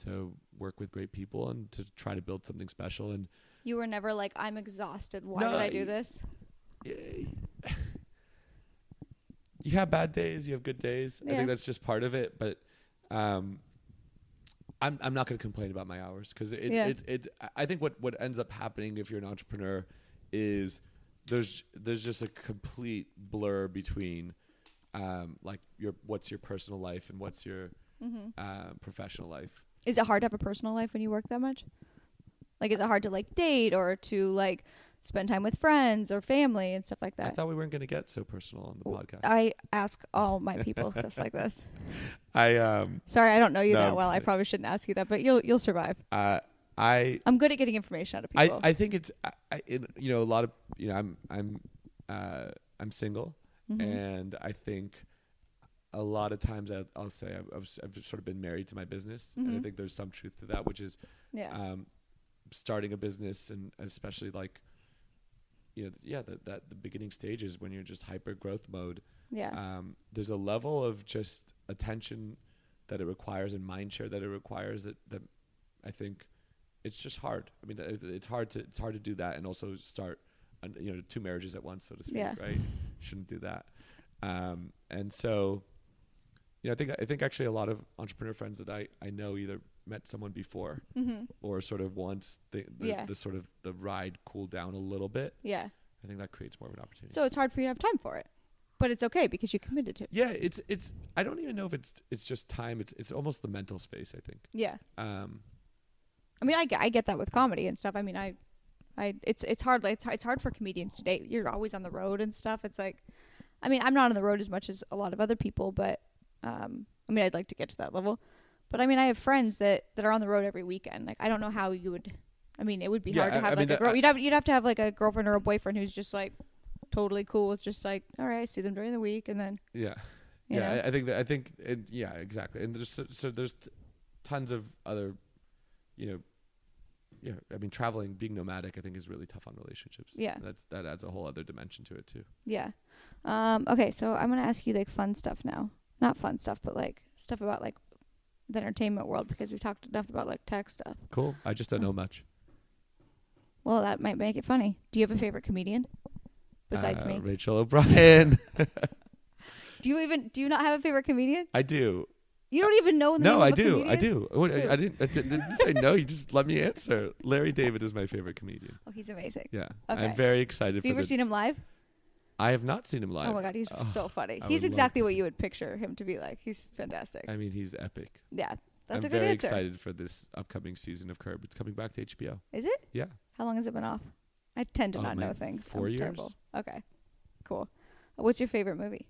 Speaker 2: to work with great people and to try to build something special and
Speaker 1: You were never like, I'm exhausted. Why
Speaker 2: No,
Speaker 1: did I
Speaker 2: y-
Speaker 1: do this?
Speaker 2: you have bad days, you have good days. I
Speaker 1: Yeah.
Speaker 2: think that's just part of it. But um, I'm I'm not going to complain about my hours because it,
Speaker 1: Yeah.
Speaker 2: it it I- I think what what ends up happening if you're an entrepreneur is there's there's just a complete blur between um, like your what's your personal life and what's your
Speaker 1: Mm-hmm.
Speaker 2: uh, professional life.
Speaker 1: Is it hard to have a personal life when you work that much? Like, is it hard to like date or to like spend time with friends or family and stuff like
Speaker 2: I
Speaker 1: that?
Speaker 2: thought we weren't going to get so personal on the podcast.
Speaker 1: I ask all my people stuff like this.
Speaker 2: I um
Speaker 1: Sorry, I don't know you
Speaker 2: No,
Speaker 1: that
Speaker 2: I'm
Speaker 1: well. I
Speaker 2: kidding.
Speaker 1: probably shouldn't ask you that, but you'll you'll survive.
Speaker 2: uh, I
Speaker 1: I'm good at getting information out of
Speaker 2: I,
Speaker 1: people.
Speaker 2: I think it's I, I it, you know a lot of you know I'm I'm uh, I'm single
Speaker 1: Mm-hmm.
Speaker 2: and I think a lot of times I, I'll say I've, I've s- I've just sort of been married to my business and I think there's some truth to that which is
Speaker 1: Mm-hmm. yeah.
Speaker 2: um, starting a business and especially like you know yeah that that the beginning stages when you're just hyper growth mode
Speaker 1: yeah.
Speaker 2: um, there's a level of just attention that it requires and mind share that it requires that, that I think it's just hard. I mean, it- it's hard to it's hard to do that and also start, an- you know, two marriages at once, so to speak.
Speaker 1: Yeah.
Speaker 2: Right? Shouldn't do that. Um, and so, you know, I think I think actually a lot of entrepreneur friends that I I know either met someone before or sort of once the the,
Speaker 1: Mm-hmm. Yeah.
Speaker 2: the sort of the ride cooled down a little bit.
Speaker 1: yeah.
Speaker 2: I think that creates more of an opportunity.
Speaker 1: So it's hard for you to have time for it, but it's okay because you committed to. it.
Speaker 2: Yeah, it's it's. I don't even know if it's it's just time. It's it's almost the mental space. I think.
Speaker 1: Yeah.
Speaker 2: Um,
Speaker 1: I mean, I, get- I get that with comedy and stuff. I mean, I, I, it's it's hard. It's it's hard for comedians to date. You're always on the road and stuff. It's like, I mean, I'm not on the road as much as a lot of other people, but Um, I mean, I'd like to get to that level, but I mean, I have friends that that are on the road every weekend. Like, I don't know how you would. I mean, it would be
Speaker 2: Yeah,
Speaker 1: hard to
Speaker 2: I-
Speaker 1: have
Speaker 2: I
Speaker 1: like
Speaker 2: mean,
Speaker 1: a
Speaker 2: that-
Speaker 1: girl.
Speaker 2: I-
Speaker 1: You'd have you'd have to have like a girlfriend or a boyfriend who's just like totally cool with just like, all right, I see them during the week, and then
Speaker 2: Yeah,
Speaker 1: You
Speaker 2: yeah.
Speaker 1: know?
Speaker 2: I, I think that I think it, yeah, exactly. And there's so, so there's t- tons of other, you know, yeah. I mean, traveling, being nomadic, I think is really tough on relationships.
Speaker 1: Yeah.
Speaker 2: that's that adds a whole other dimension to it too.
Speaker 1: yeah. Um, okay, so I'm gonna ask you like fun stuff now. Not fun stuff, but like stuff about like the entertainment world because we've talked enough about like tech stuff.
Speaker 2: Cool. I just don't know much
Speaker 1: Well, that might make it funny. Do you have a favorite comedian besides
Speaker 2: Uh,
Speaker 1: me?
Speaker 2: Rachel O'Brien.
Speaker 1: Do you even do you not have a favorite comedian?
Speaker 2: I do.
Speaker 1: Oh, You don't even know the
Speaker 2: no,
Speaker 1: name
Speaker 2: I
Speaker 1: of a
Speaker 2: do. I
Speaker 1: comedian?
Speaker 2: do. What, I, I didn't. I di- didn't say no. You just let me answer. Larry David is my favorite comedian.
Speaker 1: Oh, he's amazing.
Speaker 2: Yeah,
Speaker 1: Okay.
Speaker 2: I'm very excited
Speaker 1: have you
Speaker 2: for
Speaker 1: ever
Speaker 2: the.
Speaker 1: seen him live?
Speaker 2: I have not seen him live.
Speaker 1: Oh my god, he's
Speaker 2: Oh,
Speaker 1: so funny.
Speaker 2: I would
Speaker 1: He's
Speaker 2: love
Speaker 1: exactly
Speaker 2: to
Speaker 1: what
Speaker 2: see-
Speaker 1: you would picture him to be like. He's fantastic.
Speaker 2: I mean, he's epic.
Speaker 1: yeah, that's
Speaker 2: I'm
Speaker 1: a good
Speaker 2: very
Speaker 1: answer.
Speaker 2: excited for this upcoming season of Curb. It's coming back to HBO.
Speaker 1: Is it?
Speaker 2: Yeah.
Speaker 1: How long has it been off? I tend to
Speaker 2: Oh,
Speaker 1: not know
Speaker 2: maybe
Speaker 1: things.
Speaker 2: four
Speaker 1: I'm
Speaker 2: years.
Speaker 1: Terrible. Okay, cool. What's your favorite movie?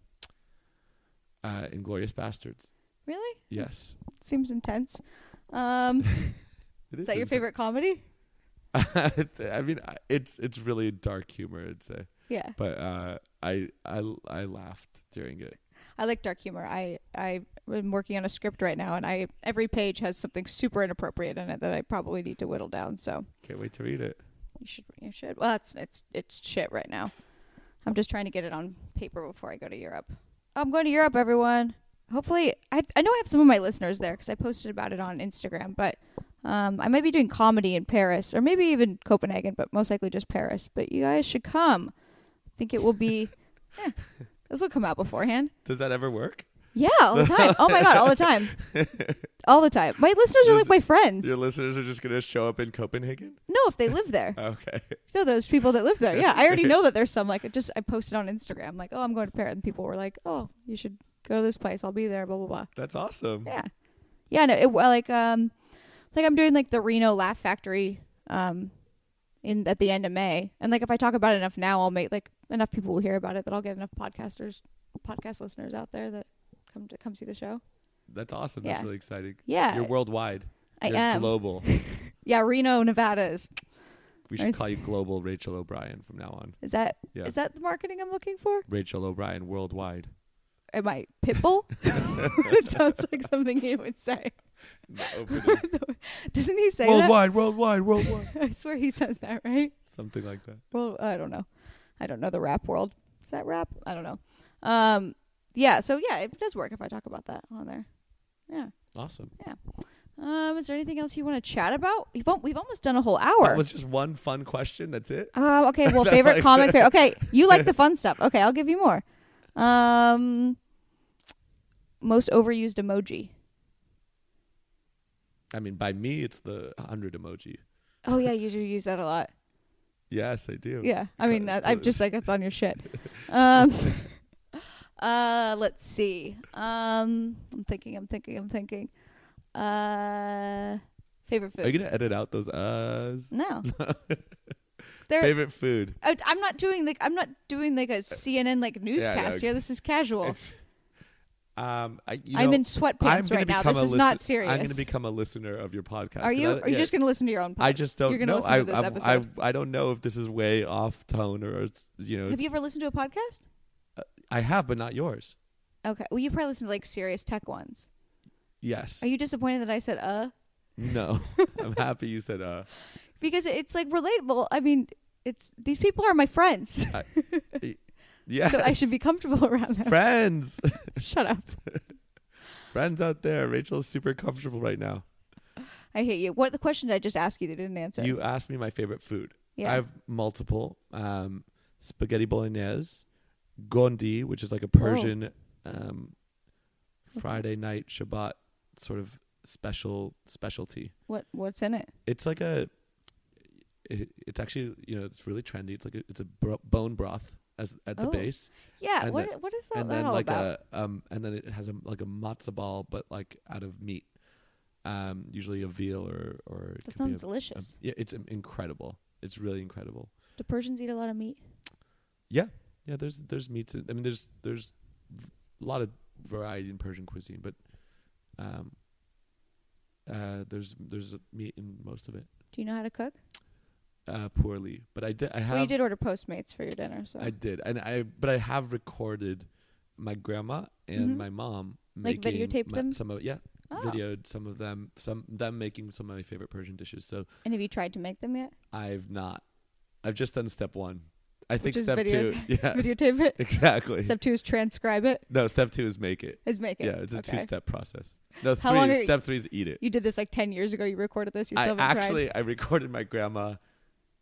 Speaker 2: Uh, Inglorious Bastards.
Speaker 1: Really?
Speaker 2: Yes.
Speaker 1: Seems intense. Um,
Speaker 2: It
Speaker 1: is that your favorite comedy?
Speaker 2: favorite? I mean, I- it's it's really dark humor, I'd say.
Speaker 1: Yeah,
Speaker 2: But uh, I I I laughed during it.
Speaker 1: I like dark humor. I I've been working on a script right now, and I every page has something super inappropriate in it that I probably need to whittle down. So
Speaker 2: Can't wait to read it.
Speaker 1: You should. You should. Well, that's it's it's shit right now. I'm just trying to get it on paper before I go to Europe. I'm going to Europe, everyone. Hopefully, I I know I have some of my listeners there because I posted about it on Instagram. But um, I might be doing comedy in Paris or maybe even Copenhagen, but most likely just Paris. But you guys should come. I think it will be. yeah, this will come out beforehand.
Speaker 2: Does that ever work?
Speaker 1: Yeah, all the time. Oh my god, all the time, all the time. My listeners are like my friends.
Speaker 2: Your listeners are just gonna show up in Copenhagen.
Speaker 1: No, if they live there.
Speaker 2: Okay.
Speaker 1: No, there's people that live there. Yeah, I already know that there's some. Like, I just I posted on Instagram, like, oh, I'm going to Paris, and people were like, oh, you should go to this place. I'll be there. Blah blah blah.
Speaker 2: That's awesome.
Speaker 1: Yeah, yeah. No, it well, like um, like I'm doing like the Reno Laugh Factory um, in at the end of May, and like if I talk about it enough now, I'll make like enough people will hear about it that I'll get enough podcasters, podcast listeners out there that come to come see the show.
Speaker 2: That's awesome.
Speaker 1: Yeah.
Speaker 2: That's really exciting.
Speaker 1: Yeah,
Speaker 2: You're worldwide.
Speaker 1: I
Speaker 2: You're
Speaker 1: am.
Speaker 2: global.
Speaker 1: yeah, Reno, Nevada is
Speaker 2: We
Speaker 1: Right.
Speaker 2: should call you Global Rachel O'Brien from now on.
Speaker 1: is that is
Speaker 2: Yeah.
Speaker 1: that the marketing I'm looking for?
Speaker 2: Rachel O'Brien worldwide.
Speaker 1: Am I Pitbull? it sounds like something he would say.
Speaker 2: In the opening.
Speaker 1: Doesn't he say
Speaker 2: worldwide, worldwide, worldwide.
Speaker 1: that? I swear he says that, right?
Speaker 2: Something like that.
Speaker 1: Well, I don't know. I don't know the rap world. Is that rap? I don't know. Um, yeah. So yeah, it does work if I talk about that on there. Yeah.
Speaker 2: Awesome.
Speaker 1: Um, is there anything else you want to chat about? We've al- we've almost done a whole hour.
Speaker 2: That was just one fun question. That's it.
Speaker 1: Uh, okay. Well, favorite comic. Favorite. Okay, you like the fun stuff. Okay, I'll give you more. Um, most overused emoji.
Speaker 2: I mean, by me, it's the 100 emoji.
Speaker 1: Oh yeah, you do use that a lot.
Speaker 2: Yes, I do.
Speaker 1: Yeah, I mean,
Speaker 2: Uh,
Speaker 1: I, I'm just like it's on your shit. Um, uh, let's see. Um, I'm thinking. I'm thinking. I'm thinking. Uh, favorite
Speaker 2: Are you
Speaker 1: food?
Speaker 2: going to edit out those uhs?
Speaker 1: No. there.
Speaker 2: Favorite food. Uh,
Speaker 1: I, I'm not doing like I'm not doing like a CNN like newscast here. This is casual.
Speaker 2: It's- um, I, you
Speaker 1: I'm
Speaker 2: know,
Speaker 1: in
Speaker 2: I'm
Speaker 1: sweatpants
Speaker 2: gonna
Speaker 1: right now.
Speaker 2: become
Speaker 1: This
Speaker 2: a
Speaker 1: is not
Speaker 2: listen-
Speaker 1: serious.
Speaker 2: I'm going to become a listener of your podcast.
Speaker 1: Are
Speaker 2: 'cause
Speaker 1: you?
Speaker 2: I,
Speaker 1: Or are you
Speaker 2: yeah,
Speaker 1: just going to listen to your own podcast?
Speaker 2: I just don't
Speaker 1: You're gonna
Speaker 2: know.
Speaker 1: listen
Speaker 2: I,
Speaker 1: to this
Speaker 2: I'm-
Speaker 1: episode.
Speaker 2: I, I don't know if this is way off tone or it's, you know.
Speaker 1: Have you
Speaker 2: it's-
Speaker 1: ever listened to a podcast?
Speaker 2: I have, but not yours.
Speaker 1: Okay. Well, you probably listened to like serious tech ones.
Speaker 2: Yes.
Speaker 1: Are you disappointed that I said uh?
Speaker 2: no. I'm happy you said uh.
Speaker 1: because it's like relatable. I mean, it's these people are my friends,
Speaker 2: Yes.
Speaker 1: so I should be comfortable around them.
Speaker 2: friends.
Speaker 1: Shut up!
Speaker 2: Friends out there, Rachel's super comfortable right now.
Speaker 1: I hate you. What the question did I just ask you that you didn't answer?
Speaker 2: You asked me my favorite food.
Speaker 1: yeah,
Speaker 2: I have multiple um, spaghetti bolognese, gondi, which is like a Persian um,
Speaker 1: Okay.
Speaker 2: Friday night Shabbat sort of special specialty.
Speaker 1: what what's in it?
Speaker 2: It's like a. It, it's actually you know it's really trendy. It's like a, it's a bro- bone broth as at the
Speaker 1: Oh.
Speaker 2: base,
Speaker 1: Yeah,
Speaker 2: And
Speaker 1: what
Speaker 2: the-
Speaker 1: what is that,
Speaker 2: and
Speaker 1: that
Speaker 2: then
Speaker 1: all
Speaker 2: like
Speaker 1: about?
Speaker 2: a um and then it has a like a matzo ball, but like out of meat, um usually a veal or or
Speaker 1: that
Speaker 2: it could be a-
Speaker 1: sounds delicious.
Speaker 2: yeah, it's um, incredible. It's really incredible.
Speaker 1: Do Persians eat a lot of meat?
Speaker 2: Yeah, there's there's meats. in- I mean, there's there's a lot of variety in Persian cuisine, but um, uh, there's there's meat in most of it.
Speaker 1: Do you know how to cook?
Speaker 2: Uh, poorly, but I did. I have.
Speaker 1: well, you did order Postmates for your dinner, so
Speaker 2: I did, and I but I have recorded my grandma and
Speaker 1: Mhm.
Speaker 2: my mom
Speaker 1: Like
Speaker 2: making
Speaker 1: videotaped
Speaker 2: my-
Speaker 1: them?
Speaker 2: Some of yeah,
Speaker 1: Oh.
Speaker 2: videoed some of them, some them making some of my favorite Persian dishes. So
Speaker 1: And have you tried to make them yet?
Speaker 2: I've not, I've just done step one. I think
Speaker 1: is
Speaker 2: step two,
Speaker 1: videotape-
Speaker 2: yeah,
Speaker 1: Videotape it.
Speaker 2: exactly.
Speaker 1: Step two is transcribe it.
Speaker 2: no, step two is make it.
Speaker 1: Is make it.
Speaker 2: Yeah, it's a
Speaker 1: Okay.
Speaker 2: two-step process. No,
Speaker 1: How long
Speaker 2: three.
Speaker 1: are you-
Speaker 2: Step three is eat it.
Speaker 1: You did this like ten years ago. You recorded this. You
Speaker 2: I
Speaker 1: still haven't
Speaker 2: actually I recorded my grandma,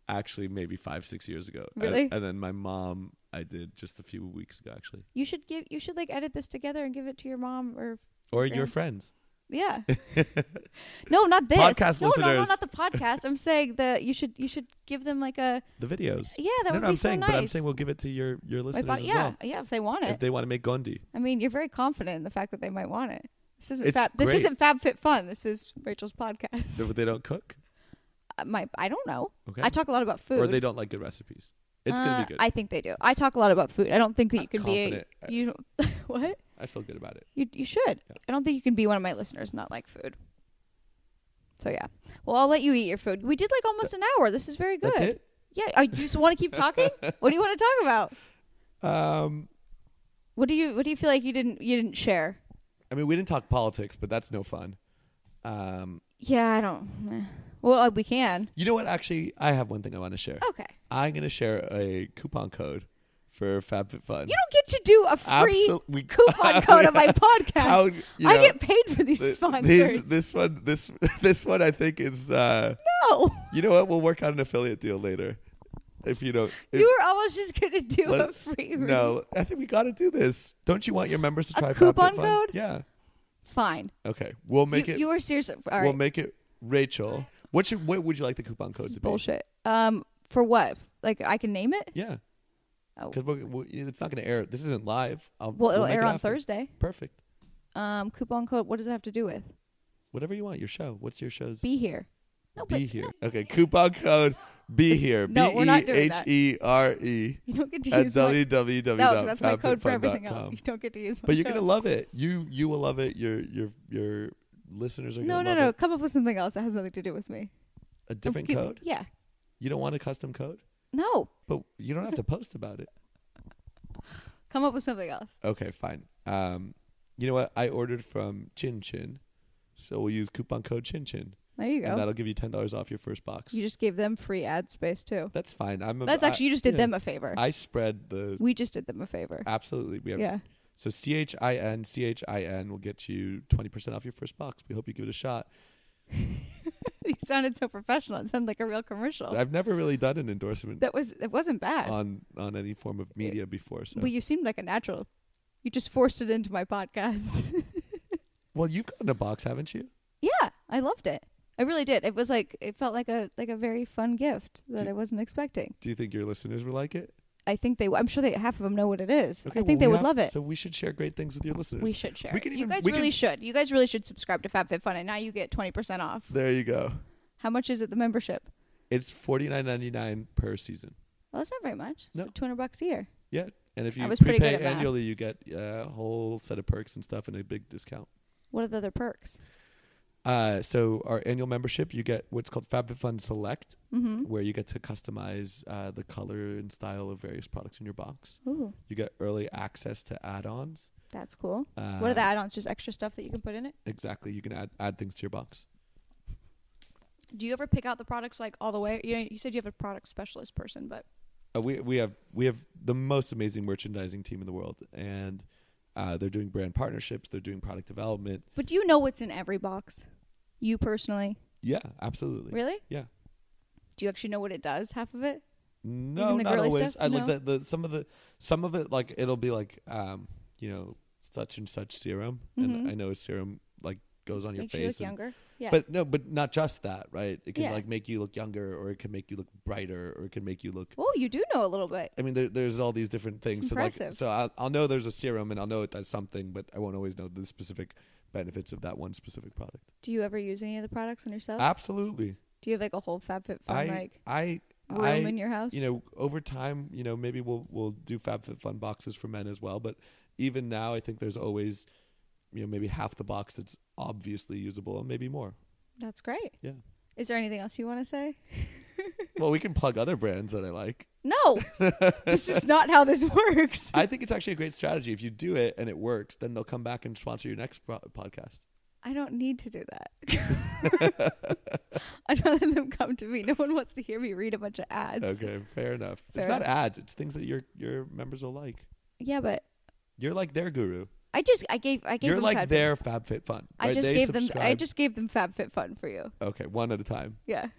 Speaker 2: actually maybe five six years ago. And-
Speaker 1: Really?
Speaker 2: And, then my mom I did just a few weeks ago actually.
Speaker 1: You should give. You should like edit this together and give it to your mom or
Speaker 2: Or your
Speaker 1: Grand-
Speaker 2: friends.
Speaker 1: yeah. no, not this.
Speaker 2: Podcast
Speaker 1: no, no, no,
Speaker 2: listeners.
Speaker 1: not the podcast. I'm saying that you should. You should give them like a
Speaker 2: The videos.
Speaker 1: yeah. That
Speaker 2: no,
Speaker 1: would be
Speaker 2: no, I'm
Speaker 1: so
Speaker 2: saying,
Speaker 1: nice.
Speaker 2: but I'm saying we'll give it to your your
Speaker 1: My
Speaker 2: listeners
Speaker 1: po-
Speaker 2: as
Speaker 1: yeah,
Speaker 2: well
Speaker 1: yeah. If they want it,
Speaker 2: if they want to make Gondi.
Speaker 1: I mean, you're very confident in the fact that they might want it. This isn't
Speaker 2: It's
Speaker 1: fab. This
Speaker 2: great.
Speaker 1: isn't Fab Fit Fun. This is Rachel's podcast.
Speaker 2: If they don't cook,
Speaker 1: Uh, My, I don't know.
Speaker 2: okay.
Speaker 1: I talk a lot about food.
Speaker 2: or they don't like good recipes. It's gonna
Speaker 1: Uh,
Speaker 2: be good.
Speaker 1: I think they do. I talk a lot about food. I don't think that
Speaker 2: I'm
Speaker 1: you can
Speaker 2: confident.
Speaker 1: be a, you. don't- what
Speaker 2: I feel good about it.
Speaker 1: you you should.
Speaker 2: Yeah.
Speaker 1: I don't think you can be one of my listeners and not like food. So yeah. Well, I'll let you eat your food. We did like almost an hour. This is very good.
Speaker 2: That's it.
Speaker 1: Yeah. I, you just want to keep talking. what do you want to talk about?
Speaker 2: Um,
Speaker 1: What do you What do you feel like you didn't you didn't share?
Speaker 2: I mean, we didn't talk politics, but that's no fun. Um,
Speaker 1: Yeah, I don't. eh. Well, uh, we can.
Speaker 2: you know what? Actually, I have one thing I want to share.
Speaker 1: Okay.
Speaker 2: I'm going to share a coupon code for FabFitFun.
Speaker 1: You don't get to do a free
Speaker 2: Absol- we-
Speaker 1: coupon code on my podcast.
Speaker 2: How- you
Speaker 1: I
Speaker 2: know,
Speaker 1: get paid for these
Speaker 2: th-
Speaker 1: sponsors.
Speaker 2: these- this one, this this one, I think is. Uh,
Speaker 1: no.
Speaker 2: you know what? We'll work out an affiliate deal later. If you don't, if-
Speaker 1: You were almost just gonna do
Speaker 2: Let-
Speaker 1: a free read.
Speaker 2: no, I think we got to do this. Don't you want your members to
Speaker 1: A
Speaker 2: try Fab Fit
Speaker 1: coupon
Speaker 2: Fun?
Speaker 1: code?
Speaker 2: Yeah.
Speaker 1: Fine.
Speaker 2: Okay, we'll make
Speaker 1: you,
Speaker 2: it.
Speaker 1: you were serious. All right.
Speaker 2: we'll make it. Rachel, what should what would you like the coupon code
Speaker 1: this is
Speaker 2: to
Speaker 1: bullshit. Um, for what? Like I can name it.
Speaker 2: be? Yeah,
Speaker 1: Oh.
Speaker 2: because it's not going to air. This isn't live. I'll,
Speaker 1: Well, it'll
Speaker 2: we'll make
Speaker 1: air
Speaker 2: it
Speaker 1: on
Speaker 2: after.
Speaker 1: Thursday.
Speaker 2: Perfect.
Speaker 1: Um, coupon code. What does it have to do with?
Speaker 2: Whatever you want. Your show. What's your show's?
Speaker 1: Be here. No, but
Speaker 2: be here. Okay, coupon code be here. B
Speaker 1: no, we're
Speaker 2: e
Speaker 1: not doing
Speaker 2: h
Speaker 1: that.
Speaker 2: e r e
Speaker 1: you don't get to
Speaker 2: at
Speaker 1: use my. No, 'cause that's my code for everything else.
Speaker 2: www.fabfitfun.com.
Speaker 1: You don't get to use. My
Speaker 2: But you're
Speaker 1: code.
Speaker 2: gonna love it. You you will love it. Your your your listeners are gonna
Speaker 1: No, no,
Speaker 2: love
Speaker 1: no.
Speaker 2: it.
Speaker 1: Come up with something else that has nothing to do with me.
Speaker 2: A different
Speaker 1: Okay,
Speaker 2: code.
Speaker 1: Yeah.
Speaker 2: You don't want a custom code,
Speaker 1: No.
Speaker 2: but you don't have to post about it.
Speaker 1: Come up with something else.
Speaker 2: Okay, fine. Um, you know what? I ordered from Chin Chin, so we'll use coupon code Chin Chin,
Speaker 1: There you
Speaker 2: and
Speaker 1: go.
Speaker 2: that'll give you ten dollars off your first box.
Speaker 1: You just gave them free ad space too.
Speaker 2: That's fine. I'm. A,
Speaker 1: That's
Speaker 2: I-
Speaker 1: actually you just did
Speaker 2: yeah.
Speaker 1: them a favor.
Speaker 2: I spread the.
Speaker 1: we just did them a favor.
Speaker 2: Absolutely, we have
Speaker 1: Yeah.
Speaker 2: So C H I N C H I N will get you twenty percent off your first box. We hope you give it a shot.
Speaker 1: You sounded so professional. It sounded like a real commercial.
Speaker 2: I've never really done an endorsement
Speaker 1: that was it wasn't bad.
Speaker 2: on on any form of media before. So
Speaker 1: Well, you seemed like a natural. You just forced it into my podcast.
Speaker 2: well, you've gotten a box, haven't you?
Speaker 1: yeah, I loved it. I really did. It was like it felt like a like a very fun gift that
Speaker 2: Do-
Speaker 1: I wasn't expecting.
Speaker 2: Do you think your listeners will like it?
Speaker 1: I think they. I'm sure they half of them know what it is. I
Speaker 2: well,
Speaker 1: think they
Speaker 2: we
Speaker 1: would
Speaker 2: have-
Speaker 1: love it.
Speaker 2: So we should share great things with your listeners.
Speaker 1: we should share.
Speaker 2: we
Speaker 1: it.
Speaker 2: can
Speaker 1: you
Speaker 2: even-
Speaker 1: guys
Speaker 2: we
Speaker 1: really
Speaker 2: can-
Speaker 1: should. You guys really should subscribe to FabFitFun, and now you get twenty percent off.
Speaker 2: there you go.
Speaker 1: How much is it? The membership?
Speaker 2: It's forty nine ninety nine per season.
Speaker 1: Well, that's not very much.
Speaker 2: No.
Speaker 1: two hundred bucks a year.
Speaker 2: Yeah, and if
Speaker 1: I
Speaker 2: you
Speaker 1: was pretty good
Speaker 2: prepay
Speaker 1: at math.
Speaker 2: annually, you get uh, a whole set of perks and stuff and a big discount.
Speaker 1: What are the other perks?
Speaker 2: Uh, so our annual membership, you get what's called FabFitFun Select,
Speaker 1: Mm-hmm.
Speaker 2: where you get to customize uh, the color and style of various products in your box.
Speaker 1: Ooh,
Speaker 2: You get early access to add-ons.
Speaker 1: that's cool.
Speaker 2: Uh,
Speaker 1: what are the add-ons? Just extra stuff that you can put in it.
Speaker 2: Exactly, you can add add things to your box.
Speaker 1: Do you ever pick out the products like all the way? You know, you said you have a product specialist person, but
Speaker 2: Uh, we we have we have the most amazing merchandising team in the world, and uh, they're doing brand partnerships. They're doing product development.
Speaker 1: but do you know what's in every box? You personally,
Speaker 2: Yeah, absolutely.
Speaker 1: really?
Speaker 2: Yeah.
Speaker 1: Do you actually know what it does? Half of it.
Speaker 2: No,
Speaker 1: Even the
Speaker 2: not
Speaker 1: girly
Speaker 2: always.
Speaker 1: stuff?
Speaker 2: I like
Speaker 1: No?
Speaker 2: the, the some of the some of it like it'll be like um you know such and such serum, and
Speaker 1: Mhm.
Speaker 2: I know a serum like goes on your
Speaker 1: Makes
Speaker 2: face.
Speaker 1: you look
Speaker 2: and-
Speaker 1: younger. Yeah.
Speaker 2: But no, but not just that, right? It can
Speaker 1: Yeah.
Speaker 2: like make you look younger, or it can make you look brighter, or it can make you look.
Speaker 1: oh, you do know a little bit.
Speaker 2: I mean, there, there's all these different things.
Speaker 1: It's
Speaker 2: so like,
Speaker 1: impressive.
Speaker 2: so I'll, I'll know there's a serum, and I'll know it does something, but I won't always know the specific benefits of that one specific product.
Speaker 1: Do you ever use any of the products on yourself?
Speaker 2: Absolutely,
Speaker 1: do you have like a whole FabFitFun
Speaker 2: I,
Speaker 1: Oh. like
Speaker 2: I,
Speaker 1: room
Speaker 2: I,
Speaker 1: in your house?
Speaker 2: you know, over time, you know, maybe we'll we'll do FabFitFun boxes for men as well, but even now, I think there's always, you know, maybe half the box that's obviously usable, and maybe more.
Speaker 1: That's great.
Speaker 2: Yeah.
Speaker 1: Is there anything else you want to say?
Speaker 2: Well, we can plug other brands that I like.
Speaker 1: No. this is not how this works.
Speaker 2: I think it's actually a great strategy. If you do it and it works, then they'll come back and sponsor your next pro- podcast.
Speaker 1: I don't need to do that. I'd rather them come to me. No one wants to hear me read a bunch of ads.
Speaker 2: Okay, fair enough.
Speaker 1: Fair
Speaker 2: it's not ads; it's things that your your members will like.
Speaker 1: Yeah, but
Speaker 2: You're like their guru.
Speaker 1: I just I gave I gave
Speaker 2: You're
Speaker 1: them
Speaker 2: like
Speaker 1: Fab-
Speaker 2: their FabFitFun.
Speaker 1: I
Speaker 2: right?
Speaker 1: just
Speaker 2: They
Speaker 1: gave them I
Speaker 2: subscribe-
Speaker 1: just gave them FabFitFun for you.
Speaker 2: okay, one at a time.
Speaker 1: Yeah.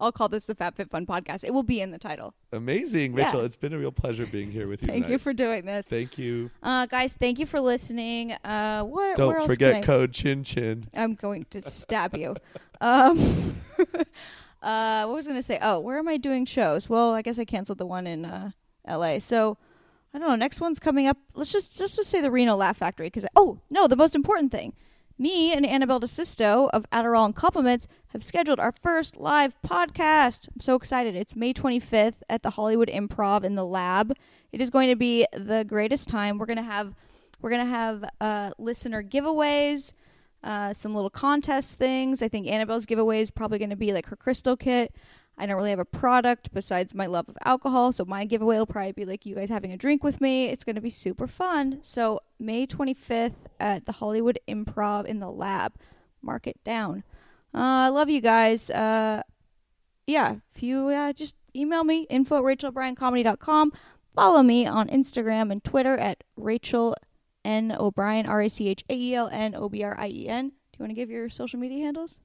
Speaker 1: I'll call this the FabFitFun podcast. It will be in the title.
Speaker 2: Amazing,
Speaker 1: Yeah.
Speaker 2: Rachel. It's been a real pleasure being here with you.
Speaker 1: Thank you
Speaker 2: tonight.
Speaker 1: for doing this.
Speaker 2: Thank you.
Speaker 1: Uh guys, thank you for listening. Uh what where
Speaker 2: Don't
Speaker 1: else
Speaker 2: forget
Speaker 1: can I-
Speaker 2: code Chin Chin.
Speaker 1: I'm going to stab you. Um, uh, what was I going to say? Oh, where am I doing shows? Well, I guess I canceled the one in uh, L.A. So I don't know. Next one's coming up. Let's just just, just say the Reno Laugh Factory because oh no, the most important thing. Me and Annabelle DeSisto of Adderall and Compliments have scheduled our first live podcast. I'm so excited. It's May 25th at the Hollywood Improv in the lab. It is going to be the greatest time. We're going to have we're going to have uh, listener giveaways uh, some little contest things. I think Annabelle's giveaway is probably going to be like her crystal kit. I don't really have a product besides my love of alcohol, so my giveaway will probably be like you guys having a drink with me. It's going to be super fun. So May 25th at the Hollywood Improv in the Lab. Mark it down. Uh, I love you guys. Uh, yeah, if you uh, just email me, info at rachelbryancomedy.com. Follow me on Instagram and Twitter at Rachel N O'Brien, R A C H A E L N O B R I E N. Do you want to give your social media handles?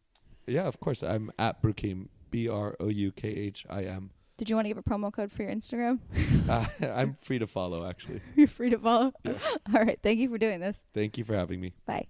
Speaker 2: Yeah, of course. I'm at Brukim. B R O U K H I M.
Speaker 1: Did you want to give a promo code for your Instagram?
Speaker 2: Uh, I'm free to follow, actually.
Speaker 1: You're free to follow.
Speaker 2: Yeah.
Speaker 1: All right. Thank you for doing this.
Speaker 2: Thank you for having me.
Speaker 1: Bye.